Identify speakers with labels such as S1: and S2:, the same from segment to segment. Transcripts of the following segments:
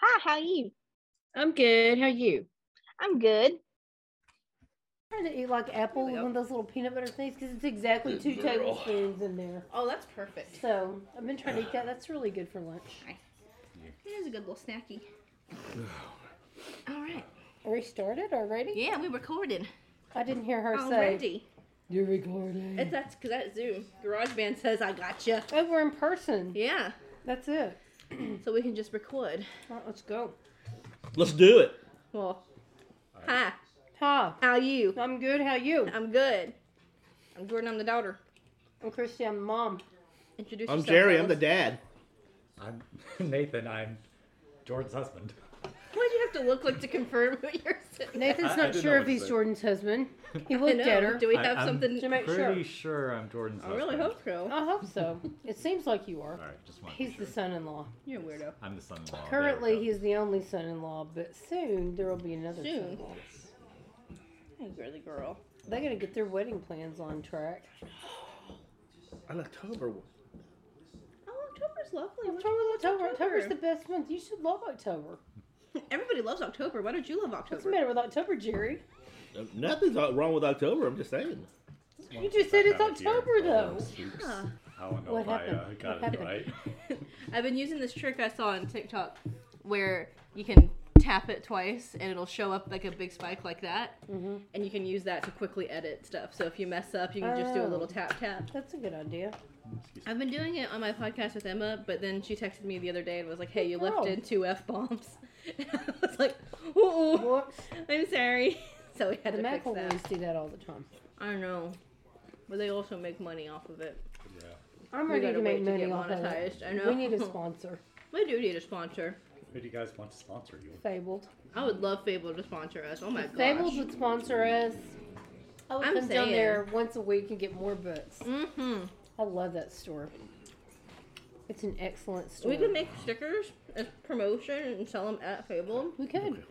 S1: Hi, how are you?
S2: I'm good. How are you?
S1: I'm good.
S3: trying to eat like apple
S4: we
S3: with
S4: go.
S3: one of those little peanut butter things because it's exactly
S4: Good
S3: two
S4: girl.
S3: tablespoons in there.
S4: Oh, that's perfect.
S3: So I've been trying to eat that. That's really good for lunch.
S4: It is a good little snacky. All right.
S3: Are we started already?
S4: Yeah, we recorded
S3: I didn't hear her say.
S4: already.
S3: You're recording.
S4: It's that's because that Zoom GarageBand says I gotcha.
S3: Oh, we're in person.
S4: Yeah,
S3: That's it.
S4: so we can just record.
S3: All right, let's go.
S5: Let's do it.
S4: Well, hi,
S3: Hi.
S4: how you?
S3: I'm good. How you?
S4: I'm good. I'm Jordan. I'm the daughter.
S3: I'm Christy. I'm the mom.
S4: Introduce
S5: I'm
S4: yourself,
S5: Jerry. I'm the
S4: fellas.
S5: dad.
S6: I'm Nathan. I'm Jordan's husband.
S4: Why'd you have to look like to confirm who you're sitting?
S3: Nathan's
S6: I- I
S3: not
S6: didn't know
S3: sure
S6: what
S3: if
S6: to
S3: he's
S6: say.
S3: Jordan's husband. He
S4: I
S3: looked
S4: know.
S3: at her.
S4: Do we
S6: I-
S4: have
S6: I'm
S4: something?
S3: to make
S6: Pretty
S3: sure.
S6: sure. I'm Jordan's
S4: I
S6: husband.
S4: really hope so.
S3: I hope so. It seems like you are.
S6: All right, just one.
S3: He's the son-in-law.
S4: You're a weirdo.
S6: I'm the son-in-law. There
S3: Currently,
S6: we
S3: he's the only son-in-law, but soon there will be another
S4: Soon.
S3: son-in-law.
S4: You're the girl.
S3: They gotta get their wedding plans on track.
S5: On October.
S4: Oh, October's lovely.
S3: What's wrong with October? October's
S4: October?
S3: the best month. You should love October.
S4: Everybody loves October. Why don't you love
S3: What's the
S4: October?
S3: matter with October, Jerry?
S5: Uh, Nothing's wrong with October. I'm just saying.
S6: go.
S3: You just said it's October, though.
S6: Oh, Oops.
S4: Yeah.
S6: I don't know
S3: What
S6: if I uh,
S3: happened?
S6: got
S3: What
S6: it
S3: happened?
S6: right.
S4: I've been using this trick I saw on TikTok where you can tap it twice and it'll show up like a big spike like that.
S3: Mhm.
S4: And you can use that to quickly edit stuff. So if you mess up, you can just do a
S3: Oh.
S4: little tap tap.
S3: That's a good idea.
S4: I've been doing it on my podcast with Emma, but then she texted me the other day and was like, hey, you
S3: Good girl.
S4: left in two F bombs. I was like, ooh,
S3: Whoops.
S4: I'm sorry. So we had
S3: The
S4: to fix
S3: McElroys
S4: that.
S3: do that all the time.
S4: I know. But they also make money off of it.
S6: Yeah.
S3: I'm
S4: We
S3: ready
S4: gotta
S3: to make
S4: wait to
S3: money
S4: get
S3: off of it.
S4: monetized. I know.
S3: We need a sponsor.
S4: We do need a sponsor.
S6: Who do you guys want to sponsor you?
S3: Fabled.
S4: I would love Fable to sponsor us. Oh my gosh.
S3: Fabled would sponsor us. I would
S4: I'm
S3: come down
S4: saying.
S3: there once a week and get more books.
S4: Mm-hmm.
S3: I love that store. It's an excellent store.
S4: We could make stickers as promotion and sell them at Fable.
S3: We could.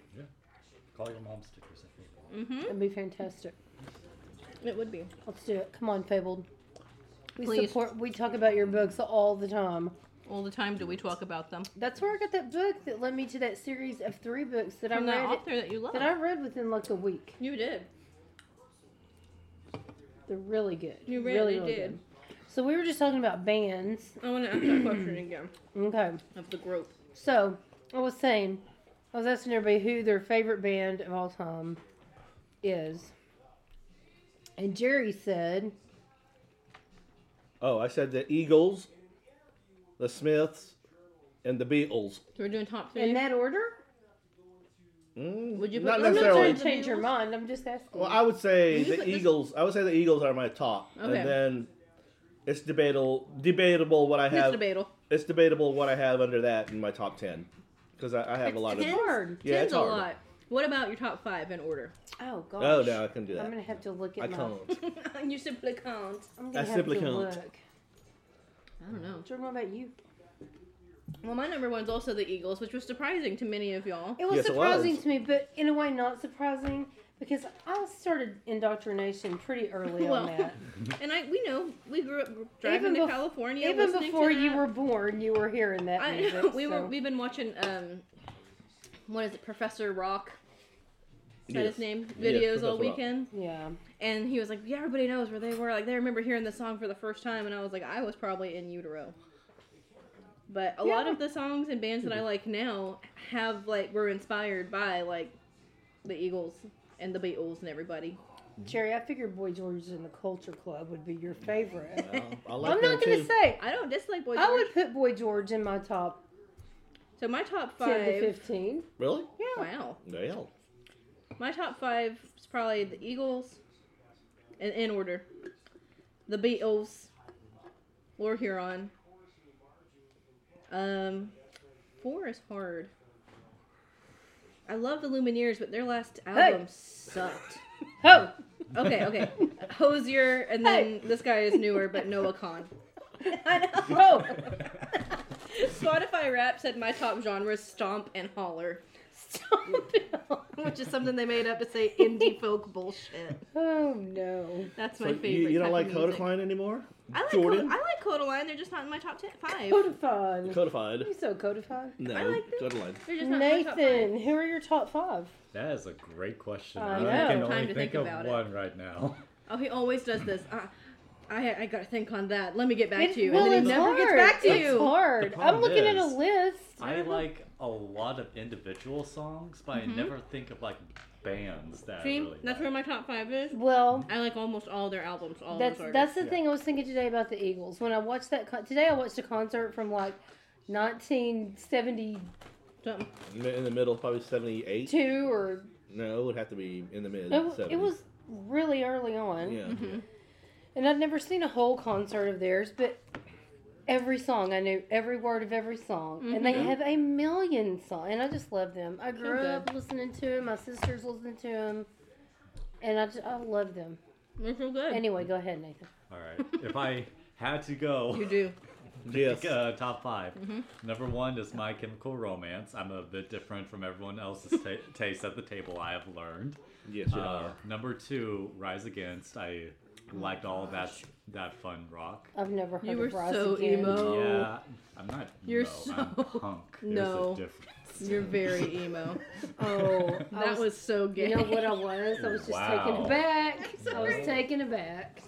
S6: Call your mom stickers. I think.
S4: Mm-hmm.
S3: It'd be fantastic.
S4: It would be.
S3: Let's do it. Come on, Fabled. We
S4: Please.
S3: support. We talk about your books all the time.
S4: All the time do we talk about them.
S3: That's where I got that book that led me to that series of three books that
S4: From
S3: I
S4: that
S3: read.
S4: author that you love.
S3: that I read within like a week.
S4: You did.
S3: They're really good.
S4: You
S3: really,
S4: really did.
S3: good. So we were just talking about bands.
S4: I want to ask that question again
S3: Okay.
S4: of the group.
S3: So I was saying, I was asking everybody who their favorite band of all time is, and Jerry said,
S5: Oh, I said the Eagles, the Smiths, and the Beatles.
S4: So we're doing top three.
S3: in that order.
S5: Mm,
S4: Would you put-
S5: not
S4: I'm
S3: I'm not
S5: necessarily?
S3: trying to change your mind. I'm just asking.
S5: well, I would say
S4: Would you put
S5: the
S4: this-
S5: Eagles. I would say the Eagles are my top,
S4: Okay.
S5: and then it's debatable debatable what I
S4: it's
S5: have.
S4: debatable.
S5: It's debatable what I have under that in my top ten because I, I have a lot of.
S4: It's
S3: hard.
S5: Yeah,
S4: Ten's
S5: it's
S4: a
S5: hard.
S4: lot. What about your top five in order?
S3: oh gosh.
S5: Oh no, I couldn't do
S3: I'm
S5: that.
S3: gonna have to look at
S5: I
S3: my.
S5: can't.
S4: you simply can't.
S3: I'm gonna
S5: I
S3: have
S5: simply
S3: to
S5: can't.
S3: look.
S4: I don't know.
S3: Jordan, what about you?
S4: Well, my number one's also the Eagles, which was surprising to many of y'all.
S3: It was
S5: Yes, it
S3: surprising
S5: was.
S3: to me, but in a way not surprising because I started indoctrination pretty early
S4: Well,
S3: on that.
S4: And I, we know, we grew up driving
S3: Even
S4: to
S3: bef-
S4: California.
S3: Even
S4: listening to
S3: before you
S4: that.
S3: were born, you were hearing that
S4: I
S3: music.
S4: know. We were.
S3: so-
S4: We've been watching. Um, what is it, Professor Rock? Is that
S5: Yes.
S4: his name?
S5: Yes,
S4: Videos all
S5: Professor Rock.
S4: weekend,
S3: yeah.
S5: Mm-hmm.
S4: and he was like, "Yeah, everybody knows where they were." Like, they remember hearing the song for the first time, and I was like, "I was probably in utero." But a lot
S3: Yeah.
S4: of the songs and bands that I like now have like were inspired by like the Eagles and the Beatles and everybody.
S3: Jerry, I figured Boy George and the Culture Club would be your favorite.
S5: Well, Oh, I like
S3: I'm not
S5: that
S3: going
S5: too.
S3: to say.
S4: I don't dislike Boy
S3: I
S4: George.
S3: would put Boy George in my top
S4: So my top
S3: 10 to
S4: five.
S3: 15.
S5: Really?
S3: Yeah.
S4: Wow.
S5: Well,
S4: My top five is probably the Eagles, in, in order. The Beatles, Lord Huron. Um, four is hard. I love the Lumineers, but their last album sucked.
S3: Oh,
S4: Okay, okay. Hosier, and then this guy is newer, but Noah Khan. I know.
S3: oh,
S4: Spotify Rap said my top genres stomp and holler,
S3: stop it.
S4: which is something they made up to say indie folk bullshit.
S3: Oh, no.
S4: That's
S5: so
S4: my
S5: you,
S4: favorite.
S5: you don't
S4: type
S5: like
S4: of
S5: Coda
S4: music.
S5: Klein anymore?
S4: I like
S5: Jordan?
S4: Cod- I like Codaline. They're just not in my top ten, five.
S3: Codified.
S5: Codified.
S3: You so codified.
S5: No,
S4: I like that.
S5: Codaline.
S4: They're just not in my top five.
S3: Nathan, who are your top five?
S6: That is a great question.
S3: I
S6: I,
S3: know.
S6: can
S4: Time
S6: only
S4: to
S6: think,
S4: think
S6: of
S4: about it.
S6: one right now.
S4: Oh, he always does this. Ah, I I gotta think on that. Let me get back
S3: It-
S4: to you.
S3: well,
S4: and then
S3: it's
S4: he never
S3: hard.
S4: gets back to
S3: It's
S4: you.
S3: hard.
S6: The
S3: I'm
S6: problem
S3: looking at a
S6: is-
S3: list.
S6: I like a lot of individual songs, but I never think of like bands that. I
S4: See,
S6: really
S4: that's
S6: like.
S4: where my top five is.
S3: Well,
S4: I like almost all their albums. All
S3: that's
S4: those
S3: that's
S4: artists.
S3: the thing I was thinking today about the Eagles. When I watched that con- today, I watched a concert from like 1972
S4: Something.
S5: In the middle, probably 78.
S3: or
S5: No, it would have to be in the mid.
S3: it, w-
S5: 70s.
S3: it was really early on.
S5: Yeah.
S3: And I'd never seen a whole concert of theirs, but every song I knew every word of every song, and they
S4: Mhm.
S6: Mm-hmm.
S3: have a million songs, and I just love them. I grew
S4: Okay.
S3: up listening to them. My sisters listened to them, and I just, I love them.
S4: They're so good.
S3: Anyway, go ahead, Nathan.
S6: All right. If I had to go,
S4: you do.
S5: Yes.
S6: pick, uh, top 5 Number one is My Chemical Romance. I'm a bit different from everyone else's ta- taste at the table. I have learned.
S5: Yes, you
S6: Uh,
S5: are.
S6: number two, Rise Against. I liked all that that fun rock.
S3: I've never heard
S4: You were
S3: of Rise
S4: so
S3: Again.
S4: emo. Oh.
S6: Yeah, I'm not.
S4: You're
S6: emo, I'm
S4: so-
S6: punk.
S4: No.
S6: There's a difference.
S4: You're very emo.
S3: Oh, I
S4: that was, so gay.
S3: You know what I was? I was just taken
S6: Wow.
S3: aback. I was taken aback.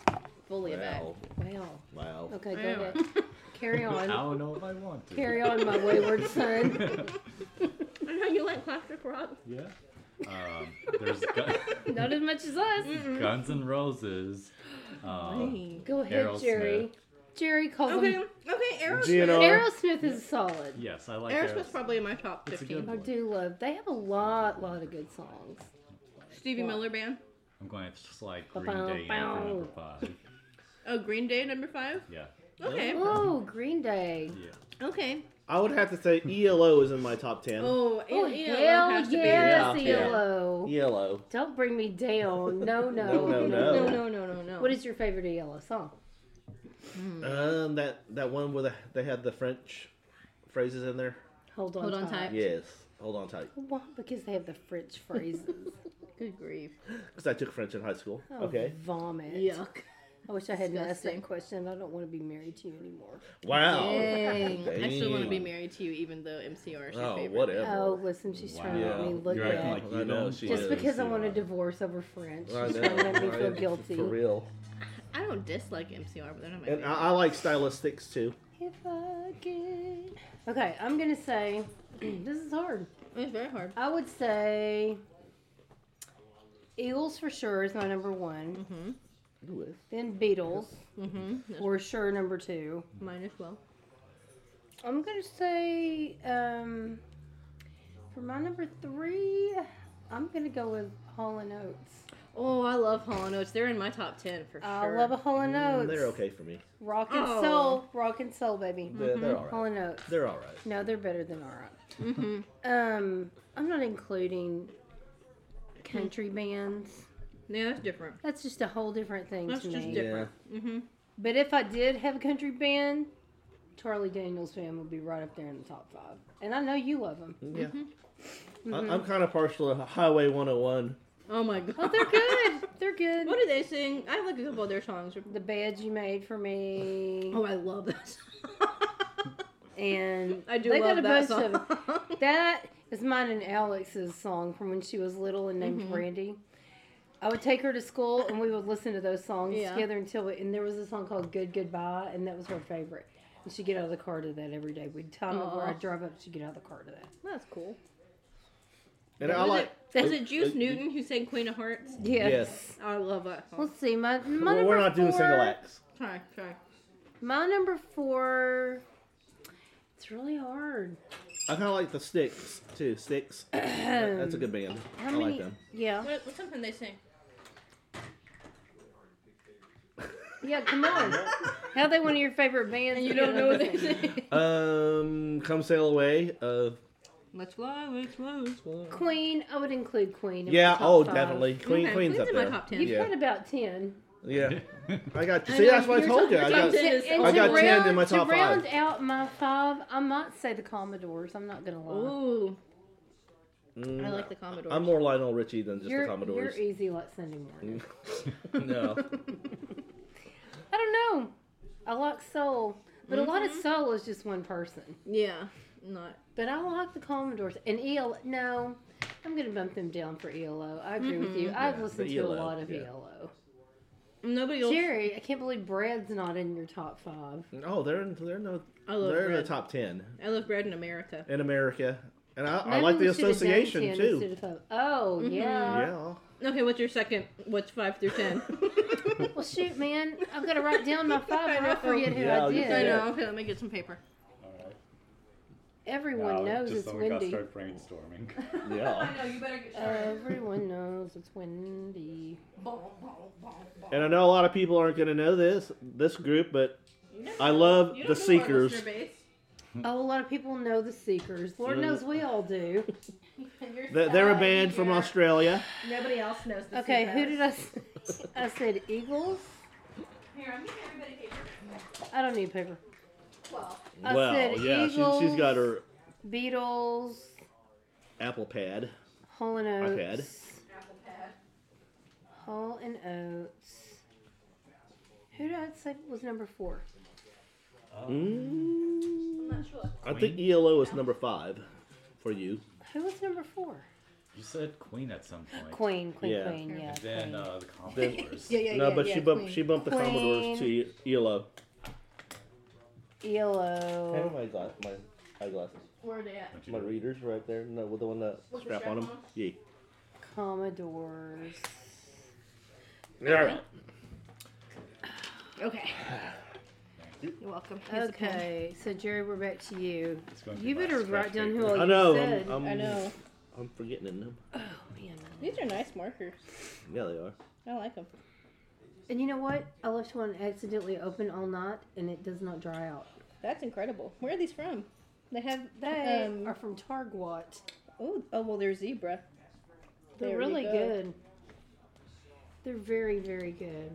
S4: Fully back.
S5: Wow.
S3: Wow.
S5: Wow.
S3: Okay, go
S4: Wow.
S3: ahead. Carry
S6: I
S3: on.
S6: don't know if I want to.
S3: Carry on, my wayward son.
S4: I know you like classic rock.
S6: Yeah. Um, there's gu-
S3: Not as much as us.
S6: Guns N' Roses. Um,
S3: Go ahead,
S6: Aerosmith.
S3: Jerry. Jerry calls
S4: Okay,
S3: him.
S4: okay, Aerosmith.
S5: GNR.
S3: Aerosmith is solid.
S6: yes, I like
S4: Aerosmith's
S6: Aerosmith.
S4: probably in my top
S6: It's a
S4: 15.
S6: good-
S3: I do love. They have a lot, lot of good songs.
S4: Stevie Miller Band.
S6: I'm going to slide
S3: Ba-bow,
S6: Green Day in for number
S3: bow.
S6: five.
S4: Oh, Green Day, number five?
S6: Yeah.
S4: Okay,
S3: Oh, Green Day.
S6: Yeah.
S4: okay.
S5: I would have to say ELO is in my top 10.
S4: Oh,
S3: Oh,
S4: and- and it'll
S3: hell
S4: have to be-
S3: yes,
S5: Yeah.
S3: ELO.
S5: ELO.
S3: Don't bring me down. No, no,
S5: No, no, no.
S4: No, no, no, no, no.
S3: What is your favorite ELO song?
S5: Um, that that one where the, they had the French phrases in there.
S3: Hold on,
S4: Hold on tight.
S5: Yes. Hold on tight.
S3: Why? Because they have the French phrases.
S4: Good grief.
S5: Because I took French in high school.
S3: Oh,
S5: Okay.
S3: Vomit.
S4: Yuck.
S3: I wish I hadn't asked
S4: Disgusting.
S3: that question. I don't want to be married to you anymore.
S5: Wow.
S4: Dang. I still want to be
S5: Dang.
S4: married to you, even though MCR is your
S5: Oh,
S4: favorite.
S5: whatever.
S3: Oh, listen, she's trying to
S5: Wow.
S3: make me look
S6: You're acting
S3: bad.
S6: like
S5: I
S6: you
S5: know
S6: know.
S5: she
S3: Just
S5: is.
S3: because I want a
S6: to
S3: divorce over French.
S5: I
S3: She's
S5: know.
S3: trying to make me
S5: right?
S3: feel guilty.
S5: For real.
S4: I don't dislike MCR, but they're not my
S5: And
S4: favorite.
S5: I, I like stylistics too.
S3: If I could. Okay, I'm gonna say this is hard.
S4: It's very hard.
S3: I would say Eagles for sure is my number one.
S4: Mm-hmm.
S5: Ooh, it's-
S3: Then Beatles
S4: Mm-hmm. That's
S3: for sure number two.
S4: mine as well.
S3: I'm gonna say um, for my number three, I'm gonna go with Hall and Oates.
S4: Oh, I love Hall and Oates. They're in my top ten for
S3: I
S4: sure.
S3: love a Hall and
S5: Mm,
S3: Oates.
S5: They're okay for me.
S3: Rock and
S4: Oh.
S3: soul, rock and soul, baby. Mm-hmm.
S5: They're,
S4: Mm-hmm.
S5: they're
S3: Hall
S5: all right.
S3: and Oates.
S5: They're all right.
S3: No, they're better than all right.
S4: hmm
S3: Um, I'm not including
S4: Mm-hmm.
S3: country bands.
S4: Yeah, that's different.
S3: That's just a whole different thing
S4: That's
S3: to
S4: just
S3: me.
S4: different. Mm-hmm.
S3: But if I did have a country band, Charlie Daniels band would be right up there in the top five. And I know you love them.
S5: Yeah.
S4: Mm-hmm.
S5: I, I'm kind of partial to Highway 101.
S4: Oh my god.
S3: Oh, they're good. they're good.
S4: What do they sing? I like a couple of their songs.
S3: The beds you made for me,
S4: Oh, I love that. song.
S3: and
S4: I do
S3: they
S4: love
S3: got a
S4: that
S3: bunch of
S4: song.
S3: That is mine and Alex's song from when she was little and
S4: Mm-hmm.
S3: named Brandy. I would take her to school and we would listen to those songs
S4: Yeah.
S3: together until we, and there was a song called Good Goodbye and that was her favorite. And she'd get out of the car to that every day. We'd time it where
S4: Aw.
S3: I drive up, she'd get out of the car to that.
S4: That's cool.
S5: And I
S4: was
S5: like.
S4: it, was it Juice
S5: it-
S4: Newton who sang Queen of Hearts?
S3: Yes.
S5: Yes.
S4: I love that song.
S3: Let's see, my, my
S5: Well,
S3: number
S5: we're not
S3: four,
S5: doing single acts.
S4: Try, try.
S3: My number four it's really hard.
S5: I kind of like the Sticks too. Sticks. That- That's a good band. I like them.
S3: Um, Yeah.
S4: What, what's something they sing?
S3: Yeah, come on. How they one of your favorite bands?
S4: And you
S3: but
S4: don't know what they
S3: listen?
S4: sing.
S5: Um, come sail away. Uh,
S4: Let's fly, let's fly. let's fly.
S3: Queen, I would include Queen. in my
S5: yeah.
S3: top
S5: Oh,
S3: five.
S5: definitely. Queen.
S4: Okay,
S5: Queen's,
S4: Queen's
S5: up
S4: in my
S5: there.
S4: top 10.
S3: You've
S5: Yeah.
S3: got about ten.
S5: Yeah. I got you.
S4: I
S5: See,
S4: know,
S5: that's what I
S4: you're
S5: told you.
S4: top-
S5: I
S4: you're
S5: got.
S4: top ten. is
S3: And
S5: I
S3: to
S5: got 10 in my
S3: round-
S5: top
S3: To round
S5: five.
S3: out my five, I might say the Commodores. I'm not gonna lie.
S4: Ooh,
S5: Mm,
S4: I like the Commodores.
S5: I'm more Lionel Richie than just
S3: you're,
S5: the Commodores.
S3: you're easy like Sunday morning.
S5: no.
S3: I don't know. I like soul, but a lot
S4: Mm-hmm.
S3: of soul is just one person.
S4: Yeah, not.
S3: But I like the Commodores and ELO. No, I'm going to bump them down for ELO. I agree with
S4: Mm-hmm.
S3: you. I've
S5: Yeah,
S3: listened
S5: the
S3: to a
S5: ELO,
S3: lot of E
S5: yeah.
S3: ELO.
S4: Nobody else.
S3: Jerry, I can't believe Brad's not in your top five.
S5: No, they're in, they're no
S4: I love
S5: they're in the
S4: bread.
S5: top ten
S4: I love bread in America.
S5: in America, and I, I
S3: Maybe
S5: like
S3: we
S5: the
S3: should have done
S5: association
S3: 10 instead
S5: too.
S3: of five. Oh
S4: Mm-hmm.
S3: yeah.
S5: Yeah,
S4: Okay, what's your second? What's five through ten?
S3: Well, shoot, man, I've got to write down my five.
S4: I
S3: or I
S4: know.
S3: forget who
S5: Yeah,
S3: I
S5: you
S3: did.
S4: I
S5: did.
S4: know. Okay, let me get some paper.
S6: All right.
S3: Everyone knows
S6: just
S3: it's
S6: so we gotta
S3: windy.
S6: start brainstorming.
S5: yeah.
S4: know. You better get
S3: Everyone knows it's windy.
S5: And I know a lot of people aren't going to know this this group, but I love the Seekers. Hmm.
S3: Oh, a lot of people know the Seekers. Lord
S5: Mm.
S3: knows we all do.
S5: th- they're a band from Australia.
S4: Nobody else knows. The
S3: Okay, who did I? s- I said Eagles.
S4: Here, I'm giving everybody paper.
S3: I don't need paper.
S4: Well,
S3: I
S5: well,
S3: said
S5: yeah, she, she's got her
S3: Beatles,
S5: Apple Pad.
S3: Hole and
S5: iPad.
S3: Oates,
S4: apple pad.
S3: Hole and Oates. Who did I say was number four?
S5: Mm,
S4: I'm not sure.
S5: I think ELO is number five for you.
S3: Who was number four?
S6: You said Queen at some point.
S3: Queen, Queen,
S5: Yeah.
S3: Queen. Yeah,
S6: And then
S3: Queen.
S6: uh, the Commodores.
S4: Yeah, yeah,
S5: no,
S4: yeah.
S5: but
S4: yeah,
S5: she bumped
S4: queen.
S5: she bumped the
S3: Queen.
S5: Commodores to E- ELO.
S3: E ELO.
S5: my, gla- my eyeglasses.
S4: Where are they at?
S6: Don't you
S5: My readers right there. No, with the one that
S4: With the
S5: strap
S4: strap
S5: on them.
S4: on?
S5: Yeah.
S3: Commodores.
S5: All right.
S4: Okay. You're welcome. Here's a pen.
S3: Okay, so Jerry, we're back to you.
S6: It's going to
S3: You
S6: be my
S3: better
S6: scratch
S3: write down
S6: paper.
S3: who all
S5: I
S3: you
S5: know.
S3: said.
S5: I'm, I'm,
S4: I know.
S5: I'm forgetting them.
S3: Man,
S4: These are nice markers.
S5: Yeah, they are.
S4: I like them.
S3: and you know what? I left one accidentally open all night, and it does not dry out.
S4: That's incredible. Where are these from? They have
S3: They
S4: um,
S3: are from Target.
S4: oh oh well they're zebra.
S3: They're
S4: There we
S3: really
S4: go.
S3: good. They're very, very good.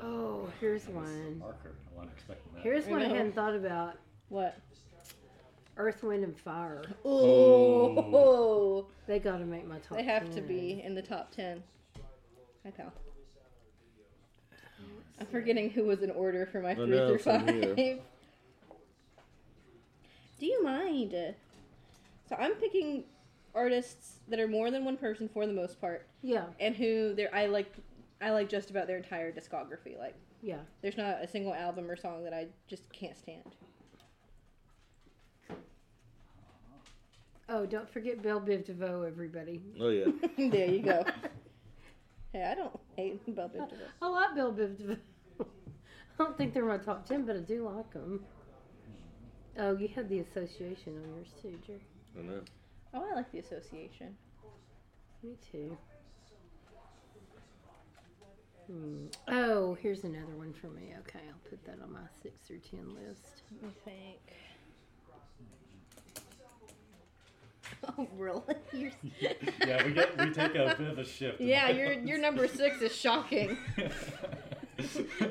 S3: Oh, here's one.
S6: Marker. I wasn't expecting that.
S3: Here's
S4: I
S3: one I
S4: know.
S3: hadn't thought about.
S4: What?
S3: Earth, Wind, and Fire.
S4: Oh,
S3: They got to make my top.
S4: they have to
S3: 10.
S4: be in the top ten. Hi pal. I'm forgetting who was in order for my
S5: The
S4: three through
S5: notes in
S4: five.
S5: here.
S4: Do you mind? So I'm picking artists that are more than one person for the most part,
S3: Yeah,
S4: and who they're I like. I like just about their entire discography. Like
S3: yeah.
S4: There's not a single album or song that I just can't stand.
S3: Oh, don't forget Belle Biv DeVoe, everybody.
S5: Oh yeah.
S4: there you go. hey, I don't hate Bell Biv DeVoe.
S3: I like Belle Biv DeVoe. I don't think they're my top ten, but I do like them. Oh, you had the association on yours too, Jerry.
S5: I know.
S4: Oh, I like The Association.
S3: Me too. Hmm. Oh, here's another one for me. Okay, I'll put that on my six through ten list.
S4: Let me think. Oh, really? You're...
S6: yeah, we get we take a bit of a shift. in
S4: yeah,
S6: my
S4: your your number six is shocking.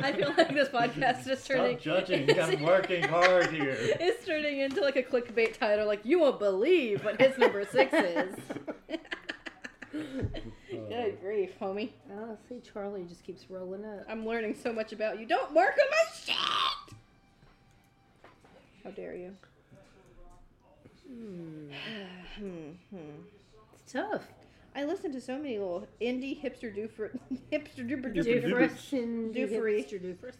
S4: I feel like this podcast is turning.
S6: Stop judging. I'm working hard here.
S4: It's turning into like a clickbait title, like you won't believe what his number six is. Good grief, homie.
S3: Oh, see, Charlie just keeps rolling up.
S4: I'm learning so much about you. Don't mark on my shit! How dare you? Hmm, hmm.
S3: It's tough.
S4: I listen to so many little indie hipster doofer hipster dooper
S5: Dooper
S4: dooper
S5: dooper.
S3: Doofus and
S4: Doofery.
S3: hipster doofus.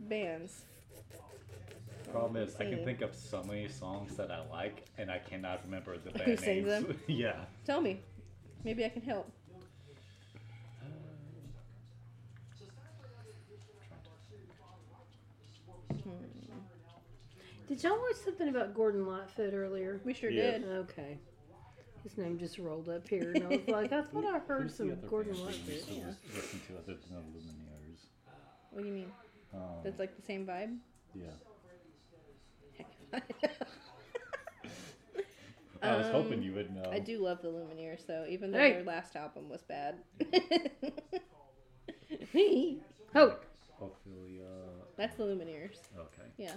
S4: bands.
S6: Problem is, I can think of so many songs that I like, and I cannot remember the band
S4: Who sings
S6: names.
S4: them?
S6: yeah.
S4: Tell me, maybe I can help.
S3: Did y'all watch something about Gordon Lightfoot earlier?
S4: We sure
S5: Yeah.
S4: did.
S3: Okay. His name just rolled up here, and I was like, I thought I heard
S6: Who's the
S3: some
S6: other
S3: Gordon
S6: band that you
S3: Lightfoot.
S6: used to lis- listen to other than the Lumineers?
S4: What do you mean?
S6: Um,
S4: That's like the same vibe.
S6: yeah.
S4: Heck.
S6: I was
S4: Um,
S6: hoping you would know.
S4: I do love the Lumineers though, even though
S3: Hey.
S4: their last album was bad.
S3: Oh,
S6: Ophelia.
S4: That's the Lumineers.
S6: Okay.
S4: Yeah.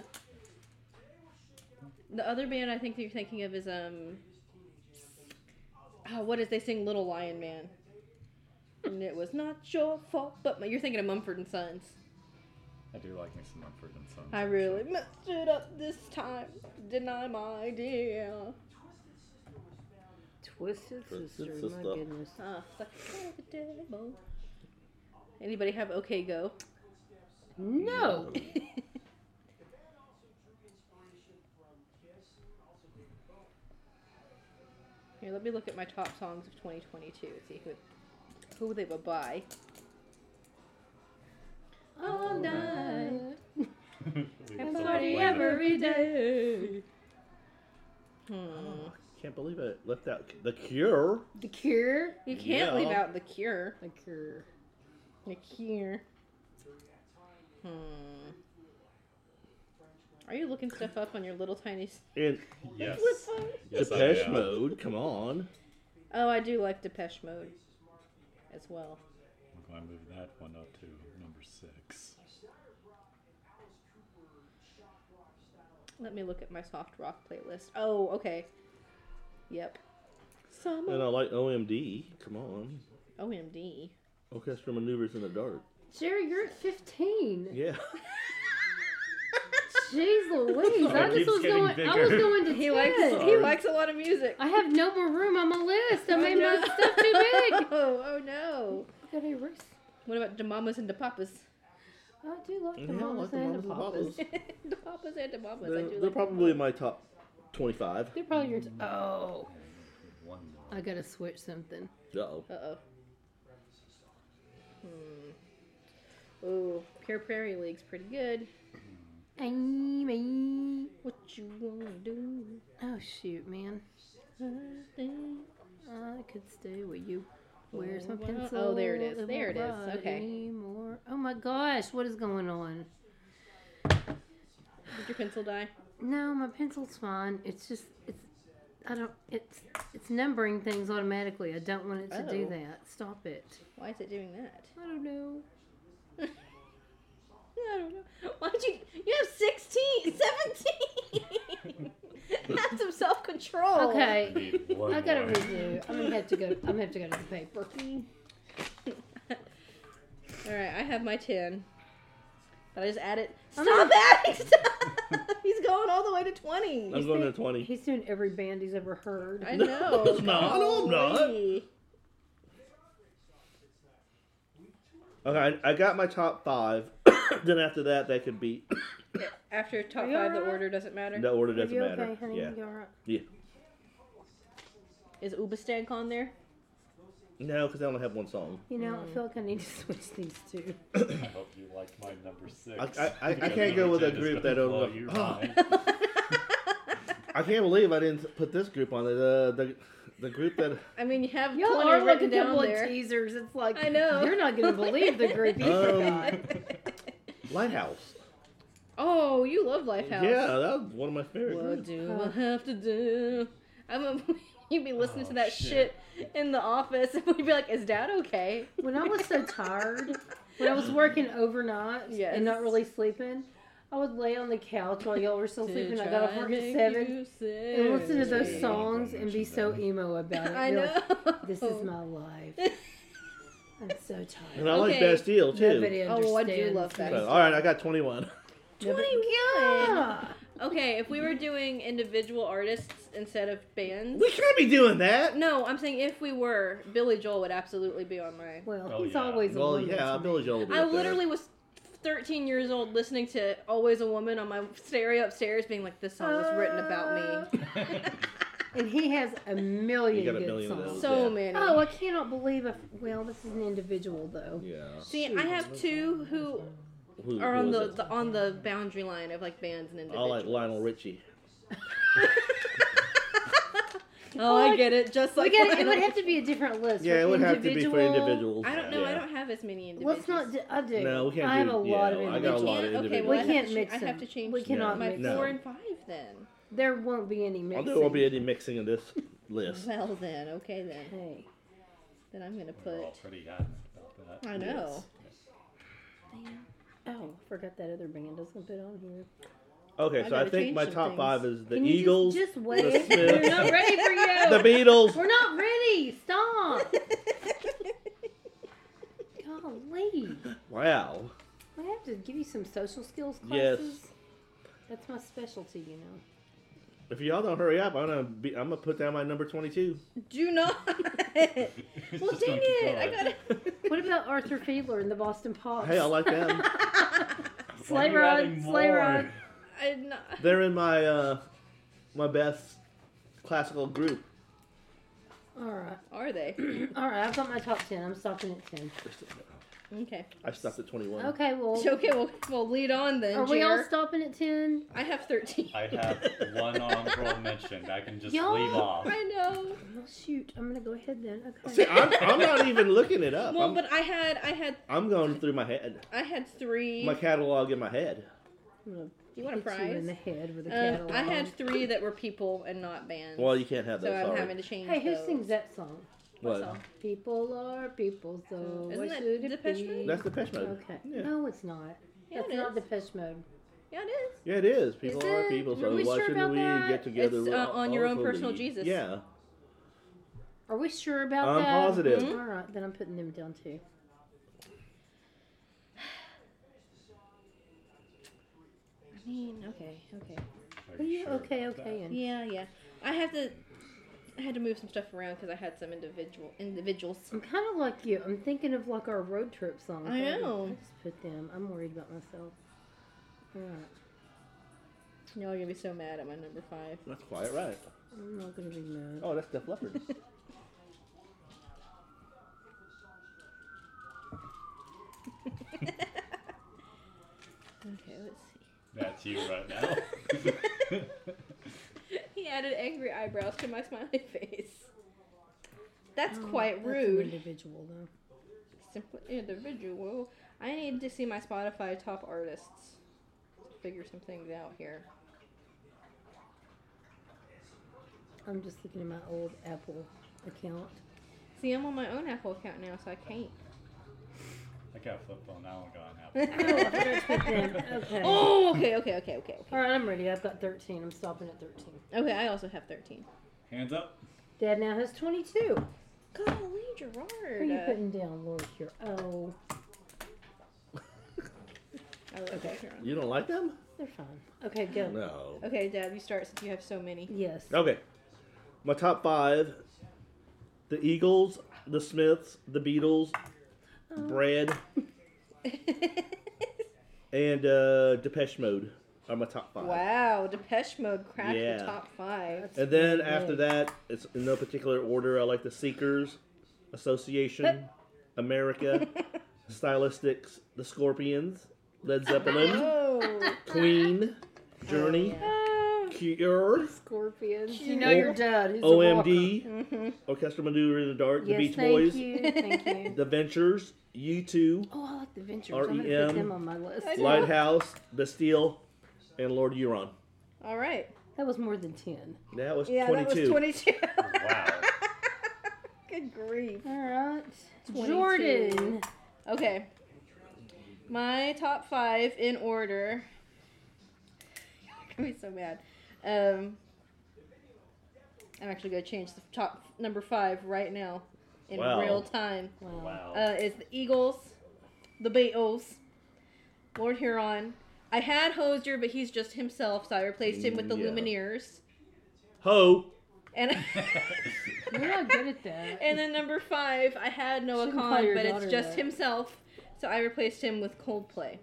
S4: The other band I think you're thinking of is um. Oh, what is they sing Little Lion Man? And it was not your fault, but my, you're thinking of Mumford and Sons.
S6: I do like me some Mumford and Sons.
S4: I
S6: actually.
S4: really messed it up this time. Deny my idea.
S3: Twisted
S5: Twisted
S3: Sister.
S5: Sister.
S3: My goodness.
S4: Ah, fuck the devil. Anybody have OK Go?
S3: No.
S4: Here, let me look at my top songs of 2022 and see who who they would buy. All night and party every day. Hmm.
S5: Can't believe I left out The Cure.
S3: The Cure.
S4: You can't leave
S5: Yeah.
S4: out the Cure.
S3: The Cure.
S4: The Cure. Hmm. Are you looking stuff up on your little tiny? s-
S5: And
S6: Yes. yes I
S5: Depeche
S6: am.
S5: Mode. Come on.
S4: Oh, I do like Depeche Mode as well.
S6: I'm going to move that one up to number six.
S4: Let me look at my soft rock playlist. Oh, okay. Yep. Summer.
S5: And I like OMD. Come on.
S4: OMD.
S5: Orchestral Maneuvers in the Dark.
S3: Jerry, you're at 15.
S5: Yeah.
S3: Jeez Louise. I
S6: It
S3: just
S6: keeps
S3: was
S6: getting
S3: going I was
S6: bigger.
S3: going to
S4: He
S3: 10.
S4: likes he
S5: Sorry.
S4: likes a lot of music.
S3: I have no more room on my list. I
S4: Oh,
S3: made
S4: no.
S3: my stuff too big.
S4: Oh, oh no.
S3: I gotta erase.
S4: What about the mamas and the papas?
S3: I do like the
S5: Yeah, I
S3: mamas
S5: like the
S3: and the
S5: Mamas
S3: papas.
S5: and Papas.
S4: the papas and the mamas. I
S5: They're,
S4: do
S5: they're
S4: like
S5: probably in my top 25.
S3: They're probably your. T- oh,
S6: One more.
S3: I gotta switch something.
S5: Uh-oh.
S4: Uh oh. Hmm. Ooh, Pure Prairie League's pretty good.
S3: Ay, me.
S4: What you gonna do?
S3: Oh shoot, man! I could stay with you. Where's my
S4: Oh, wow.
S3: pencil?
S4: Oh, there it is.
S3: won't
S4: There it is.
S3: write
S4: Okay.
S3: anymore. Oh my gosh, what is going on?
S4: Did your pencil die?
S3: No, my pencil's fine. It's just it's. I don't. It's it's numbering things automatically. I don't want it to do
S4: Oh.
S3: that. Stop it.
S4: Why is it doing that?
S3: I don't know.
S4: I don't know. Why don't you? You have 16, 17. Have some self control.
S3: Okay.
S6: I need one
S3: I gotta
S6: more.
S3: redo. I'm gonna have to go. I'm gonna have to go to the paper.
S4: All right, I have my 10. But I just added.
S3: I'm
S4: Stop
S3: not-
S4: adding stuff. He's going all the way to 20.
S5: I'm going to 20.
S3: He's doing every band he's ever heard.
S4: I
S5: No,
S4: know.
S5: it's not. No, I'm not.
S4: golly.
S5: Okay, I, I got my top five. then after that, that could be...
S4: After top
S3: Are you
S4: five, the
S3: alright?
S4: order doesn't matter.
S5: The order
S3: Are
S5: doesn't
S3: you
S5: matter.
S3: okay, honey?
S5: Yeah.
S3: You all right?
S5: Yeah.
S4: Is Ubastank on there?
S5: No, because I only have one song.
S3: You know,
S4: Mm.
S3: I feel like I need to switch these two.
S6: I hope you like my number six.
S5: I- I- I
S6: because
S5: can't go
S6: number
S5: with a
S6: 10 is
S5: group that
S6: gonna
S5: don't
S6: blow
S5: look-
S6: your
S5: Oh.
S6: mind.
S5: I can't believe I didn't put this group on it. Uh, the the group that
S4: I mean, you have
S3: Y'all
S4: 20
S3: are like a
S4: written down
S3: couple
S4: there.
S3: of teasers. It's like
S4: I know.
S3: you're not gonna believe the group you
S5: Um,
S3: forgot.
S5: Lighthouse.
S4: oh, you love Lifehouse.
S5: Yeah, that was one of my favorite
S4: What
S5: groups.
S4: do I have to do? I'm a, you'd be listening
S6: Oh,
S4: to that shit.
S6: shit.
S4: in the office, and we'd be like, "Is Dad okay?"
S3: When I was so tired, when I was working overnight
S4: Yes.
S3: and not really sleeping, I would lay on the couch while y'all were still sleeping. I got off work at seven and listen to those
S6: Yeah,
S3: songs
S6: don't
S3: and be
S6: mention
S3: so
S6: that.
S3: emo about it.
S4: I
S3: Be
S4: know.
S3: like, this is my life. I'm so
S5: And
S3: tired.
S5: I like
S4: Okay.
S5: Bastille too.
S3: Nobody
S4: Oh, I do
S3: understands
S4: love that.
S3: me.
S5: So, all right, I got 21.
S4: Twenty-one.
S3: Yeah.
S4: Okay, if we were doing individual artists instead of bands.
S5: We can't be doing that.
S4: No, I'm saying if we were, Billy Joel would absolutely be on my.
S3: Well,
S6: Oh,
S3: he's
S6: yeah.
S3: always a
S5: Well,
S3: woman
S5: yeah,
S3: to me.
S5: Billy Joel. will be
S4: I
S5: up there.
S4: literally was 13 years old listening to Always a Woman on my stereo upstairs, being like, this song was written about me.
S3: And he has a million
S5: You got a
S3: good
S5: million of
S3: songs.
S5: those.
S4: So
S5: Yeah.
S4: many.
S3: Oh, I cannot believe. I, well, this is an individual though.
S5: Yeah.
S4: See, I have two who
S5: Who,
S4: are
S5: who
S4: on
S5: is
S4: the,
S5: it?
S4: the on the boundary line of like bands and
S5: I
S4: individuals.
S5: like Lionel Richie.
S4: oh, I get it. Just
S3: We
S4: like
S3: got it.
S4: Lionel.
S3: Would have to be a different list.
S5: Yeah,
S3: for
S5: it would have to be for individuals.
S4: I don't know. I
S5: Yeah.
S4: don't have as many individuals.
S3: Let's not. Do, I do.
S5: No, we can't
S3: I have
S5: do-
S3: a lot of
S5: yeah, I
S3: individuals.
S5: got a lot of
S4: Can't? Okay,
S5: individuals.
S4: well,
S3: We
S4: I have
S3: can't
S4: to-
S3: mix
S4: I have
S3: them.
S4: to change
S3: We cannot
S4: my
S3: mix
S5: No.
S4: four
S3: them.
S4: and five then.
S3: There won't be any
S5: I'll
S3: mixing.
S5: there will be any mixing in this list.
S4: Well then, okay then.
S3: Hey,
S4: Then I'm gonna
S6: We're
S4: put.
S6: all pretty adamant about that.
S4: I know.
S3: oh, I forgot that other band I was gonna put on here.
S5: Okay,
S4: I
S5: so I
S4: gotta
S5: think
S4: change
S5: my
S4: some
S5: top
S4: things.
S5: five is the
S3: Can you just-
S5: Eagles,
S3: Just, wait.
S5: Smiths.
S3: We're not ready for you.
S5: the Beatles,
S3: We're not ready. Stop. Golly.
S5: Wow.
S3: I have to give you some social skills
S5: Yes.
S3: classes. That's my specialty, you know.
S5: If y'all don't hurry up, I'm gonna be, I'm gonna put down my number twenty-two.
S4: Do not.
S6: It's
S4: well,
S6: just
S4: dang
S6: gonna keep
S4: it! I
S6: going.
S4: got it.
S3: What about Arthur Fiedler and the Boston Pops?
S5: Hey, I like that.
S3: Sleigh
S6: Why are you
S3: ride,
S6: adding
S3: sleigh
S6: more?
S3: ride.
S4: I did not.
S5: They're in my uh, my best classical group.
S3: All right,
S4: Are they?
S3: all right. I've got my top ten. I'm stopping at ten.
S4: Okay.
S5: I stopped at twenty-one.
S3: Okay, well,
S4: So, okay, we'll, we'll lead on then.
S3: are we all
S4: Jer.
S3: stopping at ten?
S4: I have 13.
S6: I have one honorable mention. I can just
S3: Y'all-
S6: leave off.
S4: I know.
S3: Well, Oh, shoot, I'm gonna go ahead then.
S5: See,
S3: Okay.
S5: I'm, I'm not even looking it up.
S4: Well,
S5: I'm,
S4: but I had, I had,
S5: I'm going through my head,
S4: I had three.
S5: my catalog in my head.
S3: I'm gonna
S4: you want a
S3: hit you in the
S4: prize?
S3: head with a
S4: Um,
S3: catalog.
S4: I had three that were people and not bands.
S5: Well, you can't have
S4: so
S5: those.
S4: I'm
S5: sorry.
S4: having to change.
S3: Hey, who
S4: those.
S3: sings that song?
S5: What?
S4: song?
S3: People are people, so
S4: Uh, Isn't
S3: what
S4: that
S3: should it
S4: Depeche
S3: be?
S4: Mode?
S5: That's the Mode.
S3: Okay.
S5: Yeah.
S3: No, it's not.
S4: Yeah,
S3: That's
S4: it
S3: not
S4: is.
S3: Depeche Mode.
S4: Yeah, it is.
S5: Yeah, it is. People
S3: Is
S5: are
S3: it?
S5: people,
S3: Are
S5: so
S3: we
S5: why
S3: sure
S5: shouldn't
S3: about
S5: we
S3: that?
S5: get together?
S4: It's,
S5: with
S4: uh,
S5: all-
S4: on your
S5: all
S4: own personal
S5: fully?
S4: Jesus.
S5: Yeah.
S3: Are we sure about
S5: I'm
S3: that?
S5: positive.
S3: All right, then I'm putting them down too.
S4: I mean, okay, okay.
S6: Are
S3: Are you
S6: sure
S3: okay?
S6: about
S3: Okay. And
S4: Yeah, yeah. I have to. I had to move some stuff around because I had some individual individuals.
S3: I'm kind of like you. I'm thinking of like our road trip songs.
S4: I
S3: didn't-
S4: know.
S3: I just put them. I'm worried about myself. All right.
S4: Y'all are gonna be so mad at my number five.
S5: That's quite right.
S3: I'm not gonna be mad.
S5: Oh, that's Def Leppard.
S4: Okay, let's see.
S6: that? That's you right now.
S4: He added angry eyebrows to my smiley face. That's
S3: Oh,
S4: quite
S3: that's an
S4: rude.
S3: individual though.
S4: Simply individual. I need to see my Spotify top artists. Figure some things out here.
S3: I'm just looking at my old Apple account.
S4: See, I'm on my own Apple account now, so I can't.
S6: I got a flip phone. I don't got an apple.
S3: I forgot to put them. Okay.
S4: Oh, okay, okay, okay, okay, okay.
S3: All right, I'm ready. I've got 13. I'm stopping at 13.
S4: Okay, I also have 13.
S6: Hands up.
S3: Dad now has 22. What
S4: Golly,
S3: are you
S4: Gerard.
S3: putting down, Lord? Here. Oh,
S4: Uh, oh, okay, you're on.
S5: you don't like them?
S3: they're fine. Okay, go.
S5: No.
S4: okay, Dad, you start since you have so many.
S3: Yes.
S5: Okay. My top five: the Eagles, the Smiths, the Beatles,
S4: Oh.
S5: Bread, and uh, Depeche Mode are my top five.
S4: wow, Depeche Mode cracked
S5: Yeah.
S4: the top five.
S3: That's
S5: And then
S3: pretty
S5: after
S3: good.
S5: that, it's in no particular order. I like the Seekers, Association, America, Stylistics, the Scorpions, Led Zeppelin,
S4: Oh,
S5: Queen, Journey, Cure,
S3: Scorpions. You know your dad. He's
S5: OMD,
S4: mm-hmm.
S5: Orchestra Maneuver in the Dark,
S3: A
S5: the
S3: yes,
S5: Beach
S3: thank
S5: Boys,
S3: you. Thank you.
S5: The Ventures, U2,
S3: Oh, I like the Ventures. I'm gonna
S5: REM.
S3: put them on my list.
S4: I know.
S5: Lighthouse, Bastille, and Lord Euron.
S4: All right.
S3: That was more than 10.
S5: That was
S4: Yeah,
S5: 22.
S4: that was 22.
S6: Wow.
S4: Good grief.
S3: All right.
S4: 22.
S3: Jordan.
S4: Okay. My top five in order. I'm gonna be so mad. Um, I'm actually gonna change the top number five right now in
S5: Wow.
S4: real time.
S6: Wow.
S4: Uh, is the Eagles, the Beatles, Lord Huron. I had Hosier, but he's just himself, so I replaced him with the
S5: Yeah.
S4: Lumineers.
S5: Ho!
S4: And
S3: You're not good at that.
S4: And then number five, I had Noah
S3: Shouldn't call
S4: Khan,
S3: your
S4: but it's
S3: daughter
S4: just
S3: that.
S4: himself, so I replaced him with Coldplay.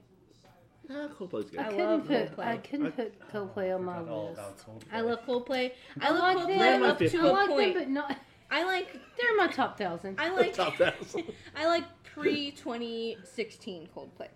S5: Ah, Coldplay's good.
S4: I
S3: I, couldn't
S4: love
S3: put
S4: Coldplay.
S3: I couldn't put Coldplay on my
S6: Forgot all
S3: list.
S6: about Coldplay.
S4: I love Coldplay. I,
S3: I
S4: love
S3: like
S4: Coldplay
S5: them.
S4: up
S5: I
S4: to
S3: I
S4: a
S3: like
S4: point.
S3: them, but not.
S4: I like,
S3: They're in my top thousand.
S4: I like,
S5: Top thousand.
S4: I like pre 2016 Coldplay.